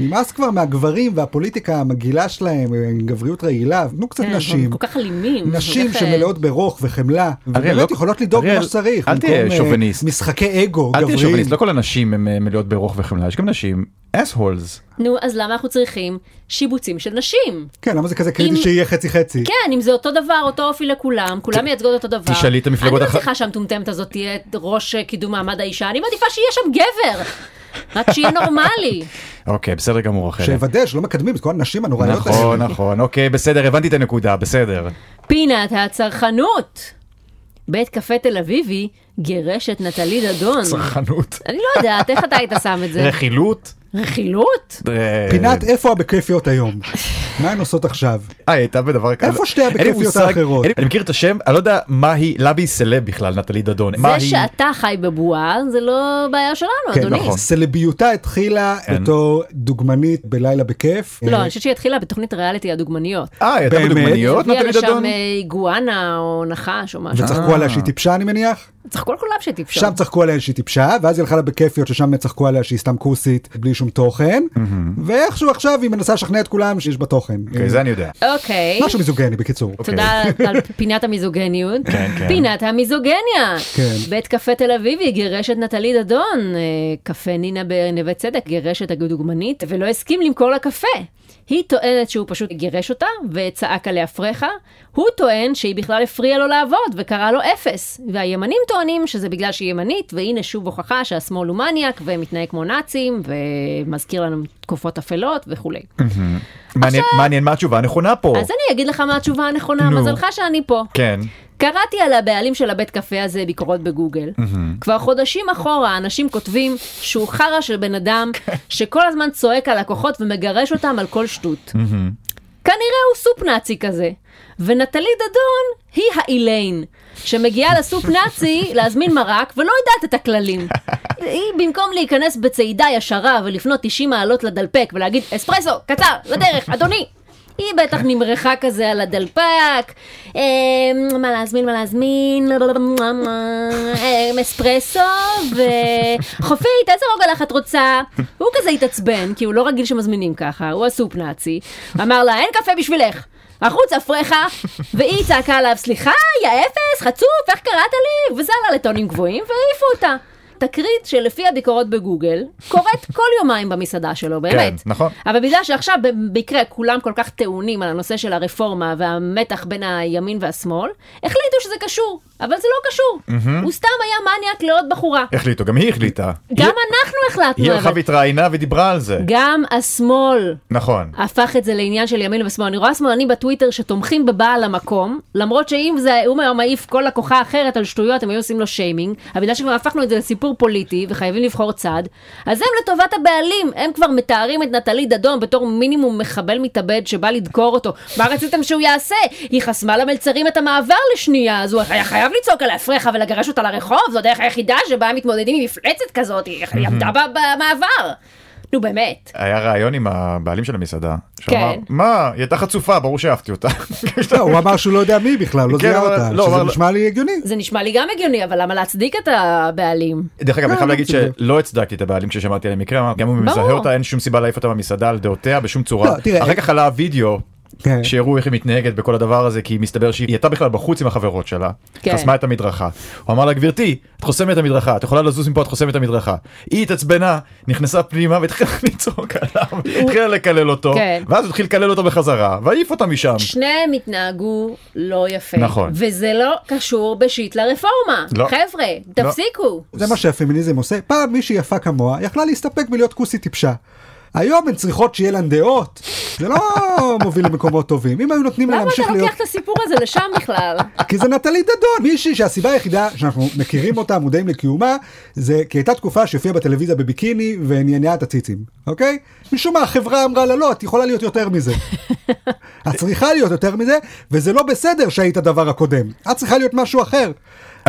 Speaker 1: נמאס כבר מהגברים והפוליטיקה המגעילה שלהם, אה, גבריות רעילה, תנו קצת
Speaker 2: כן,
Speaker 1: נשים.
Speaker 2: הם כל כך אלימים.
Speaker 1: נשים
Speaker 2: כל כך,
Speaker 1: שמלאות ברוך וחמלה,
Speaker 3: לא-
Speaker 1: ובאמת יכולות לדאוג
Speaker 3: אריאל,
Speaker 1: למה שצריך.
Speaker 3: אל תהיה
Speaker 1: במקום, אה,
Speaker 3: שוביניסט.
Speaker 1: משחקי אגו,
Speaker 3: אל תהיה
Speaker 1: גבריים.
Speaker 3: שוביניסט, לא כל הנשים הן אה, מלאות ברוך וחמלה, יש גם נשים אס-הולס.
Speaker 2: נו, אז למה אנחנו צריכים שיבוצים של נשים?
Speaker 1: כן, למה זה כזה קריטי
Speaker 2: אם-
Speaker 1: שיהיה חצי חצי?
Speaker 2: כן, אם זה אותו דבר, אותו אופי לכולם, כולם מייצגות אותו דבר.
Speaker 3: כן. תשאלי את המפלגות
Speaker 2: אני לא
Speaker 3: הח-
Speaker 2: צריכה שהמטומטמת הזאת תהיה ראש אה, קידום מעמד האישה, אני מעדיפה שיהיה שם גבר. רק שיהיה נורמלי.
Speaker 3: אוקיי, בסדר נכון, גמור, רחל.
Speaker 1: שיוודא שלא מקדמים את כל הנשים הנוראיות האלה.
Speaker 3: נכון, נכון, אוקיי, בסדר, הבנתי את הנקודה, בסדר.
Speaker 2: פינת הצרכנות. בית קפה תל אביבי גירש את נטלי דדון.
Speaker 3: צרכנות,
Speaker 2: אני לא יודעת, איך אתה היית שם את זה?
Speaker 3: רכילות.
Speaker 2: רכילות?
Speaker 3: אה,
Speaker 1: פינת איפה הבכיפיות היום? מה הן עושות עכשיו?
Speaker 3: אה, היא הייתה בדבר כזה.
Speaker 1: איפה שתי
Speaker 3: אין לי
Speaker 1: הבכיפיות
Speaker 3: מושג,
Speaker 1: האחרות?
Speaker 3: אין לי- אני מכיר את השם, אני לא יודע מה היא, למה היא סלב בכלל, נטלי דדון. מה
Speaker 2: זה
Speaker 3: היא-
Speaker 2: שאתה חי בבועה זה לא בעיה שלנו, אדוני.
Speaker 3: נכון.
Speaker 1: סלביותה התחילה
Speaker 3: כן.
Speaker 1: בתור דוגמנית בלילה בכיף.
Speaker 2: לא,
Speaker 1: אה,
Speaker 2: אני חושבת שהיא התחילה בתוכנית הריאליטי הדוגמניות.
Speaker 3: אה, היא הייתה
Speaker 1: באמת?
Speaker 3: בדוגמניות,
Speaker 2: הביאה
Speaker 3: נטלי
Speaker 2: לשם
Speaker 3: דדון?
Speaker 2: אה, איגואנה או נחש או משהו.
Speaker 3: אה.
Speaker 1: וצחקו עליה שהיא טיפשה אני מניח?
Speaker 2: צריך כל כולם שתפשוט.
Speaker 1: שם צחקו עליה שהיא טיפשה ואז היא הלכה לבכיפיות ששם צחקו עליה שהיא סתם כוסית בלי שום תוכן ואיכשהו עכשיו היא מנסה לשכנע את כולם שיש בה תוכן. אה,
Speaker 3: אוקיי, זה אני אוקיי. יודע.
Speaker 2: אוקיי.
Speaker 1: משהו מיזוגני בקיצור.
Speaker 2: תודה על פינת המיזוגניות.
Speaker 3: כן, כן.
Speaker 2: פינת המיזוגניה.
Speaker 1: כן.
Speaker 2: בית קפה תל אביבי גירש את נטלי דדון. אה, קפה נינה בנווה צדק גירש את הדוגמנית ולא הסכים למכור לה קפה. היא טוענת שהוא פשוט גירש אותה וצעק עליה פרחה. הוא טוען שהיא בכלל הפריעה לו לעבוד וקרא לו אפס. והימנים טוענים שזה בגלל שהיא ימנית, והנה שוב הוכחה שהשמאל הוא מניאק ומתנהג כמו נאצים ומזכיר לנו תקופות אפלות וכולי.
Speaker 3: מעניין- מעניין מה התשובה הנכונה פה.
Speaker 2: אז אני אגיד לך מה התשובה הנכונה,
Speaker 3: נו.
Speaker 2: מזלך שאני פה.
Speaker 3: כן.
Speaker 2: קראתי על הבעלים של הבית קפה הזה ביקורות בגוגל. כבר חודשים אחורה אנשים כותבים שהוא חרא של בן אדם שכל הזמן צועק על לקוחות ומגרש אותם על כל שטות. כנראה הוא סופ נאצי כזה. ונטלי דדון היא האיליין, שמגיעה לסופ נאצי להזמין מרק ולא יודעת את הכללים. היא במקום להיכנס בצעידה ישרה ולפנות 90 מעלות לדלפק ולהגיד אספרסו, קצר, לדרך, אדוני. היא בטח נמרחה כזה על הדלפק, אה, מה להזמין, מה להזמין, אה, אספרסו וחופית, איזה רוגע לך את רוצה? הוא כזה התעצבן, כי הוא לא רגיל שמזמינים ככה, הוא הסופ נאצי, אמר לה, אין קפה בשבילך. החוצה פרחה, והיא צעקה עליו, סליחה, יא אפס, חצוף, איך קראת לי? וזה עלה לטונים גבוהים, והעיפו אותה. תקרית שלפי הביקורות בגוגל, קורית כל יומיים במסעדה שלו, באמת.
Speaker 3: נכון.
Speaker 2: אבל בגלל שעכשיו במקרה כולם כל כך טעונים על הנושא של הרפורמה והמתח בין הימין והשמאל, החליטו שזה קשור, אבל זה לא קשור. הוא סתם היה מניאק לעוד בחורה.
Speaker 3: החליטו, גם היא החליטה.
Speaker 2: גם
Speaker 3: היא-
Speaker 2: אנחנו החלטנו,
Speaker 3: היא הלכה
Speaker 2: אבל
Speaker 3: והתראיינה ודיברה על זה.
Speaker 2: גם השמאל
Speaker 3: נכון.
Speaker 2: הפך את זה לעניין של ימין ושמאל. אני רואה שמאלנים בטוויטר שתומכים בבעל המקום, למרות שאם זה, הוא היה מעיף כל לקוחה אחרת על שטויות, הם היו עושים לו שיימינג, אבל בגלל שכבר הפכנו את זה לסיפור פוליטי וחייבים לבחור צד, אז הם לטובת הבעלים, הם כבר מתארים את נטלי דדון בתור מינימום מחבל מתאבד שבא לדקור אותו. מה רציתם שהוא יעשה? היא חסמה למלצרים את המעבר לשנייה, אז הוא היה חייב לצעוק עליה פרחה ולגרש אותה לרחוב, זו הדרך היחידה שבה הם מתמודדים עם מפלצת כזאת, היא היא עמדה ב- במעבר. נו באמת.
Speaker 3: היה ראיון עם הבעלים של המסעדה. שאמר,
Speaker 2: כן.
Speaker 3: מה, היא הייתה חצופה, ברור שאהבתי אותה.
Speaker 1: לא, הוא אמר שהוא לא יודע מי בכלל, לא
Speaker 3: כן,
Speaker 1: זיהה
Speaker 3: אבל-
Speaker 1: אותה,
Speaker 3: לא,
Speaker 1: שזה
Speaker 3: אבל-
Speaker 1: נשמע לי הגיוני.
Speaker 2: זה נשמע לי גם הגיוני, אבל למה להצדיק את הבעלים?
Speaker 3: דרך אגב, אני
Speaker 1: לא,
Speaker 3: חייב
Speaker 1: לא
Speaker 3: להגיד
Speaker 1: צודק.
Speaker 3: שלא הצדקתי את הבעלים כששמעתי עליהם מקרה, אמרתי, גם אם הוא
Speaker 2: ברור.
Speaker 3: מזהה אותה, אין שום סיבה להעיף אותה במסעדה על דעותיה בשום צורה.
Speaker 1: לא, תראה,
Speaker 3: אחר
Speaker 1: אני-
Speaker 3: כך עלה הוידאו.
Speaker 1: כן.
Speaker 3: שהראו איך היא מתנהגת בכל הדבר הזה כי מסתבר שהיא הייתה בכלל בחוץ עם החברות שלה,
Speaker 2: כן.
Speaker 3: חסמה את המדרכה. הוא אמר לה גברתי את חוסמת את המדרכה את יכולה לזוז מפה את חוסמת את המדרכה. היא התעצבנה נכנסה פנימה והתחילה לצעוק עליו, התחילה לקלל אותו,
Speaker 2: כן.
Speaker 3: ואז הוא התחיל לקלל אותו בחזרה והעיף אותה משם.
Speaker 2: שניהם התנהגו לא יפה.
Speaker 3: נכון.
Speaker 2: וזה לא קשור בשיט לרפורמה.
Speaker 3: לא.
Speaker 2: חבר'ה, תפסיקו.
Speaker 1: זה מה שהפמיניזם עושה. פעם מישהי יפה כמוה יכלה להסתפק בלהיות כוסית טיפשה. היום הן צריכות שיהיה להן דעות. זה לא מוביל למקומות טובים. אם היו נותנים לה
Speaker 2: למה אתה
Speaker 1: להמשיך להיות...
Speaker 2: לוקח את הסיפור הזה לשם בכלל?
Speaker 1: כי זה נטלי דדון, מישהי שהסיבה היחידה שאנחנו מכירים אותה, מודעים לקיומה, זה כי הייתה תקופה שהופיעה בטלוויזיה בביקיני וענייניה את הציצים, אוקיי? משום מה החברה אמרה לה לא, את יכולה להיות יותר מזה. את צריכה להיות יותר מזה, וזה לא בסדר שהיית הדבר הקודם. את צריכה להיות משהו אחר.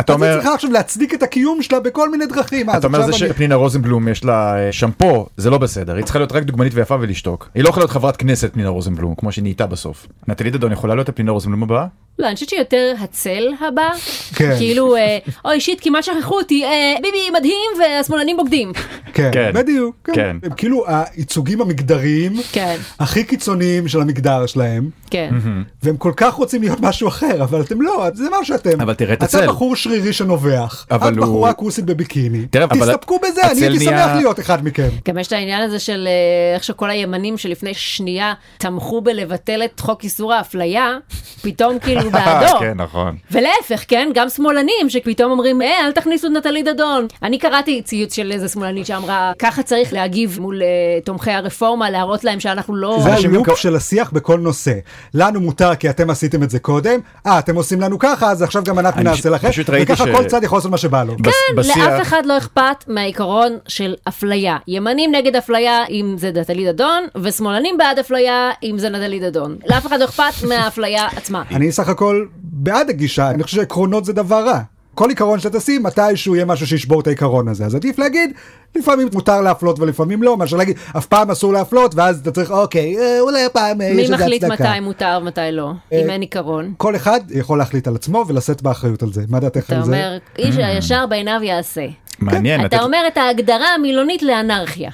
Speaker 1: את
Speaker 3: אומר-
Speaker 1: צריכה עכשיו להצדיק את הקיום שלה בכל מיני דרכים. אז
Speaker 3: אתה אומר
Speaker 1: עכשיו
Speaker 3: זה
Speaker 1: אני-
Speaker 3: שפנינה רוזנבלום יש לה אה, שמפו זה לא בסדר היא צריכה להיות רק דוגמנית ויפה ולשתוק היא לא יכולה להיות חברת כנסת פנינה רוזנבלום כמו שהיא נהייתה בסוף. נטלי דדון יכולה להיות הפנינה רוזנבלום הבאה?
Speaker 2: לא, אני חושבת שיותר הצל הבא.
Speaker 1: כן.
Speaker 2: כאילו, אה, אוי שיט, כמעט שכחו אותי, אה, ביבי מדהים והשמאלנים בוגדים.
Speaker 1: כן,
Speaker 3: כן.
Speaker 1: בדיוק. כן.
Speaker 3: כן.
Speaker 1: הם כאילו הייצוגים המגדריים
Speaker 2: כן.
Speaker 1: הכי קיצוניים של המגדר שלהם.
Speaker 2: כן.
Speaker 3: Mm.
Speaker 1: והם כל כך רוצים להיות משהו אחר, אבל אתם לא, זה מה שאתם.
Speaker 3: אבל תראה את הצל.
Speaker 1: אתה בחור שרירי שנובח, את
Speaker 3: אבל הוא-
Speaker 1: בחורה כוסית בביקיני.
Speaker 3: תראה, אבל
Speaker 1: תסתפקו בזה, אני
Speaker 3: הצל
Speaker 1: הייתי
Speaker 3: נהיה-
Speaker 1: שמח להיות אחד מכם.
Speaker 2: גם יש את העניין הזה של אה, איך שכל הימנים שלפני שנייה תמכו בלבטל את חוק איסור האפליה, פתאום כאילו היו בעדו.
Speaker 3: כן, נכון.
Speaker 2: ולהפך, כן, גם שמאלנים שפתאום אומרים, אה, אל תכניסו את נטלי דדון. אני קראתי ציוץ של איזה שמאלנית שאמרה, ככה צריך להגיב מול אה, תומכי הרפורמה, להראות להם שאנחנו לא...
Speaker 1: זה
Speaker 3: אנשים
Speaker 1: הלופ
Speaker 3: גם-
Speaker 1: של השיח בכל נושא. לנו מותר כי אתם עשיתם את זה קודם, אה, אתם עושים לנו ככה, אז עכשיו גם אנחנו
Speaker 3: אני
Speaker 1: נעשה
Speaker 3: פש-
Speaker 1: לכם,
Speaker 3: פשוט ראיתי
Speaker 1: וככה
Speaker 3: ש-
Speaker 1: כל צד יכול לעשות מה שבא לו.
Speaker 3: כן,
Speaker 2: לאף אחד לא אכפת מהעיקרון של אפליה. ימנים נגד אפליה אם זה נטלי דדון, ושמאלנים בעד אפליה אם זה נטלי דדון. לאף אחד לא אכפת מהאפליה עצמה.
Speaker 1: אני סך הכל בעד הגישה, אני חושב שעקרונות זה דבר רע. כל עיקרון שאתה תשים, מתישהו יהיה משהו שישבור את העיקרון הזה. אז עדיף להגיד, לפעמים מותר להפלות ולפעמים לא, מאשר להגיד, אף פעם אסור להפלות, ואז אתה צריך, אוקיי, אה, אולי הפעם אה, יש
Speaker 2: מי
Speaker 1: איזה הצדקה. אה,
Speaker 2: מחליט מתי מותר ומתי לא, אם אין עיקרון?
Speaker 1: כל אחד יכול להחליט על עצמו ולשאת באחריות על זה. מה דעתך
Speaker 2: אתה
Speaker 1: על זה? אה.
Speaker 2: אומר, איש הישר בעיניו יעשה.
Speaker 3: מעניין. לתת-
Speaker 2: אתה אומר את ההגדרה המילונית לאנרכיה.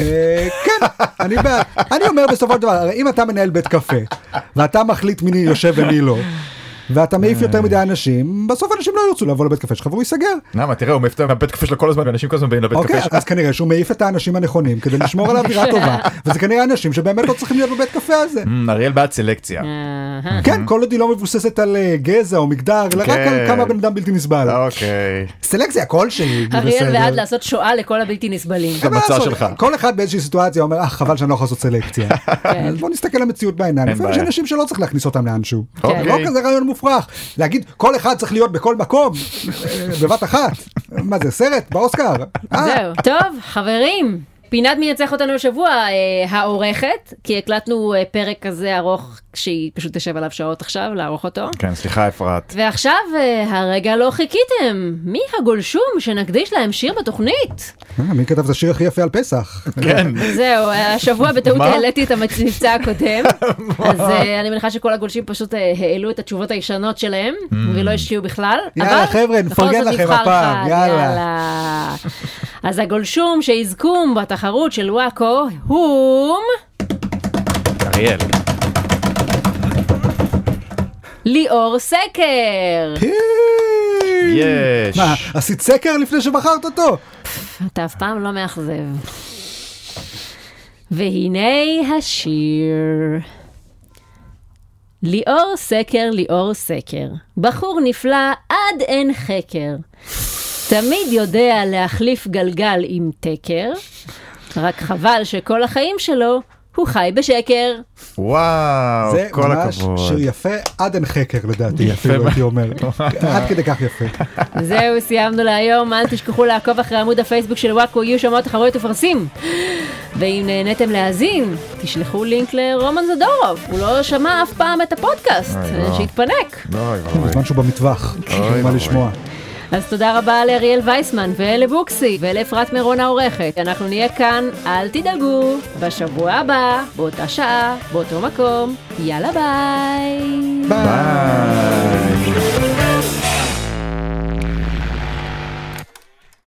Speaker 1: אה, כן, אני בעד. אני אומר בסופו של דבר, הרי אם אתה מנהל בית קפה, ואתה מחליט מי יושב ומי לא, ואתה מעיף יותר מדי אנשים, בסוף אנשים לא ירצו לבוא לבית קפה שלך והוא ייסגר.
Speaker 3: למה, תראה, הוא מעיף את הבית קפה שלו כל הזמן, ואנשים כל הזמן באים לבית
Speaker 1: אוקיי,
Speaker 3: קפה שלו.
Speaker 1: אז כנראה שהוא מעיף את האנשים הנכונים כדי לשמור על אווירה טובה, וזה כנראה אנשים שבאמת לא צריכים להיות בבית קפה הזה.
Speaker 3: אמ, אריאל בעד סלקציה.
Speaker 2: אה. אהה.
Speaker 1: כן, כל עוד היא לא מבוססת על אה, גזע או מגדר, אלא רק על
Speaker 3: כן.
Speaker 1: כמה בן אדם בלתי נסבל.
Speaker 3: אוקיי.
Speaker 1: סלקציה כלשהי,
Speaker 2: אריאל
Speaker 1: בסדר. אה,
Speaker 2: בעד לעשות שואה לכל הבלתי נסבלים.
Speaker 1: אין מה
Speaker 3: במצע
Speaker 1: לעשות,
Speaker 3: שלך.
Speaker 1: כל אחד באיזושהי סיטואציה אומר, אה, חבל שאני לא יכול לעשות סלקציה. אז בוא נסתכל למציאות בעיניים.
Speaker 3: כן. אין
Speaker 1: לפעמים יש
Speaker 3: בעיה.
Speaker 1: אנשים שלא צריך להכניס אותם לאנשהו.
Speaker 3: אוקיי.
Speaker 1: לא כזה רעיון מופרך. להגיד, כל אחד צריך להיות בכל מקום, אה, בבת אחת. מה זה, סרט? באוסקר? אה,
Speaker 2: זהו. טוב, חברים. פינת מי ינצח אותנו השבוע, אה, העורכת, כי הקלטנו אה, פרק כזה ארוך שהיא פשוט תשב עליו שעות עכשיו לערוך אותו.
Speaker 3: כן, סליחה, אפרת.
Speaker 2: ועכשיו אה, הרגע לא חיכיתם, מי הגולשום שנקדיש להם שיר בתוכנית?
Speaker 1: אה, מי כתב את השיר הכי יפה על פסח?
Speaker 3: כן.
Speaker 2: זהו, אה, השבוע בטעות
Speaker 3: מה?
Speaker 2: העליתי את המבצע הקודם, אז אה, אני מניחה שכל הגולשים פשוט אה, העלו את התשובות הישנות שלהם, ולא השקיעו בכלל.
Speaker 1: Mm. יאללה,
Speaker 2: אבל
Speaker 1: חבר'ה,
Speaker 2: בכל
Speaker 1: נפרגן
Speaker 2: זאת
Speaker 1: לכם
Speaker 2: נבחר
Speaker 1: הפעם,
Speaker 2: אחד,
Speaker 1: יאללה.
Speaker 2: יאללה. אז הגולשום שיזכום בתחרות של וואקו הוא
Speaker 3: כן, אריאל.
Speaker 2: ליאור סקר.
Speaker 3: יש.
Speaker 1: מה, עשית סקר לפני שבחרת אותו?
Speaker 2: אתה אף פעם לא מאכזב. והנה השיר. ליאור סקר, ליאור סקר, בחור נפלא עד אין חקר. תמיד יודע להחליף גלגל עם תקר, רק חבל שכל החיים שלו הוא חי בשקר.
Speaker 3: וואו,
Speaker 1: זה
Speaker 3: כל
Speaker 1: ממש
Speaker 3: הכבוד.
Speaker 1: שיר יפה עד אין חקר לדעתי,
Speaker 3: יפה
Speaker 1: אפילו
Speaker 3: מאוד.
Speaker 1: הייתי אומר. עד כדי כך יפה.
Speaker 2: זהו, סיימנו להיום. אל תשכחו לעקוב אחרי עמוד הפייסבוק של וואקו, יהיו שם עוד תחרויות ופרסים. ואם נהניתם להאזין, תשלחו לינק לרומן זדורוב. הוא לא שמע אף פעם את הפודקאסט,
Speaker 3: אוי, לא.
Speaker 2: שיתפנק.
Speaker 3: אוי, אוי.
Speaker 1: בזמן שהוא במטווח, אין
Speaker 3: אוי,
Speaker 1: מה
Speaker 3: אוי.
Speaker 1: לשמוע.
Speaker 2: אז תודה רבה לאריאל וייסמן ולבוקסי ולאפרת מירון העורכת. אנחנו נהיה כאן, אל תדאגו, בשבוע הבא, באותה שעה, באותו מקום. יאללה ביי.
Speaker 1: ביי.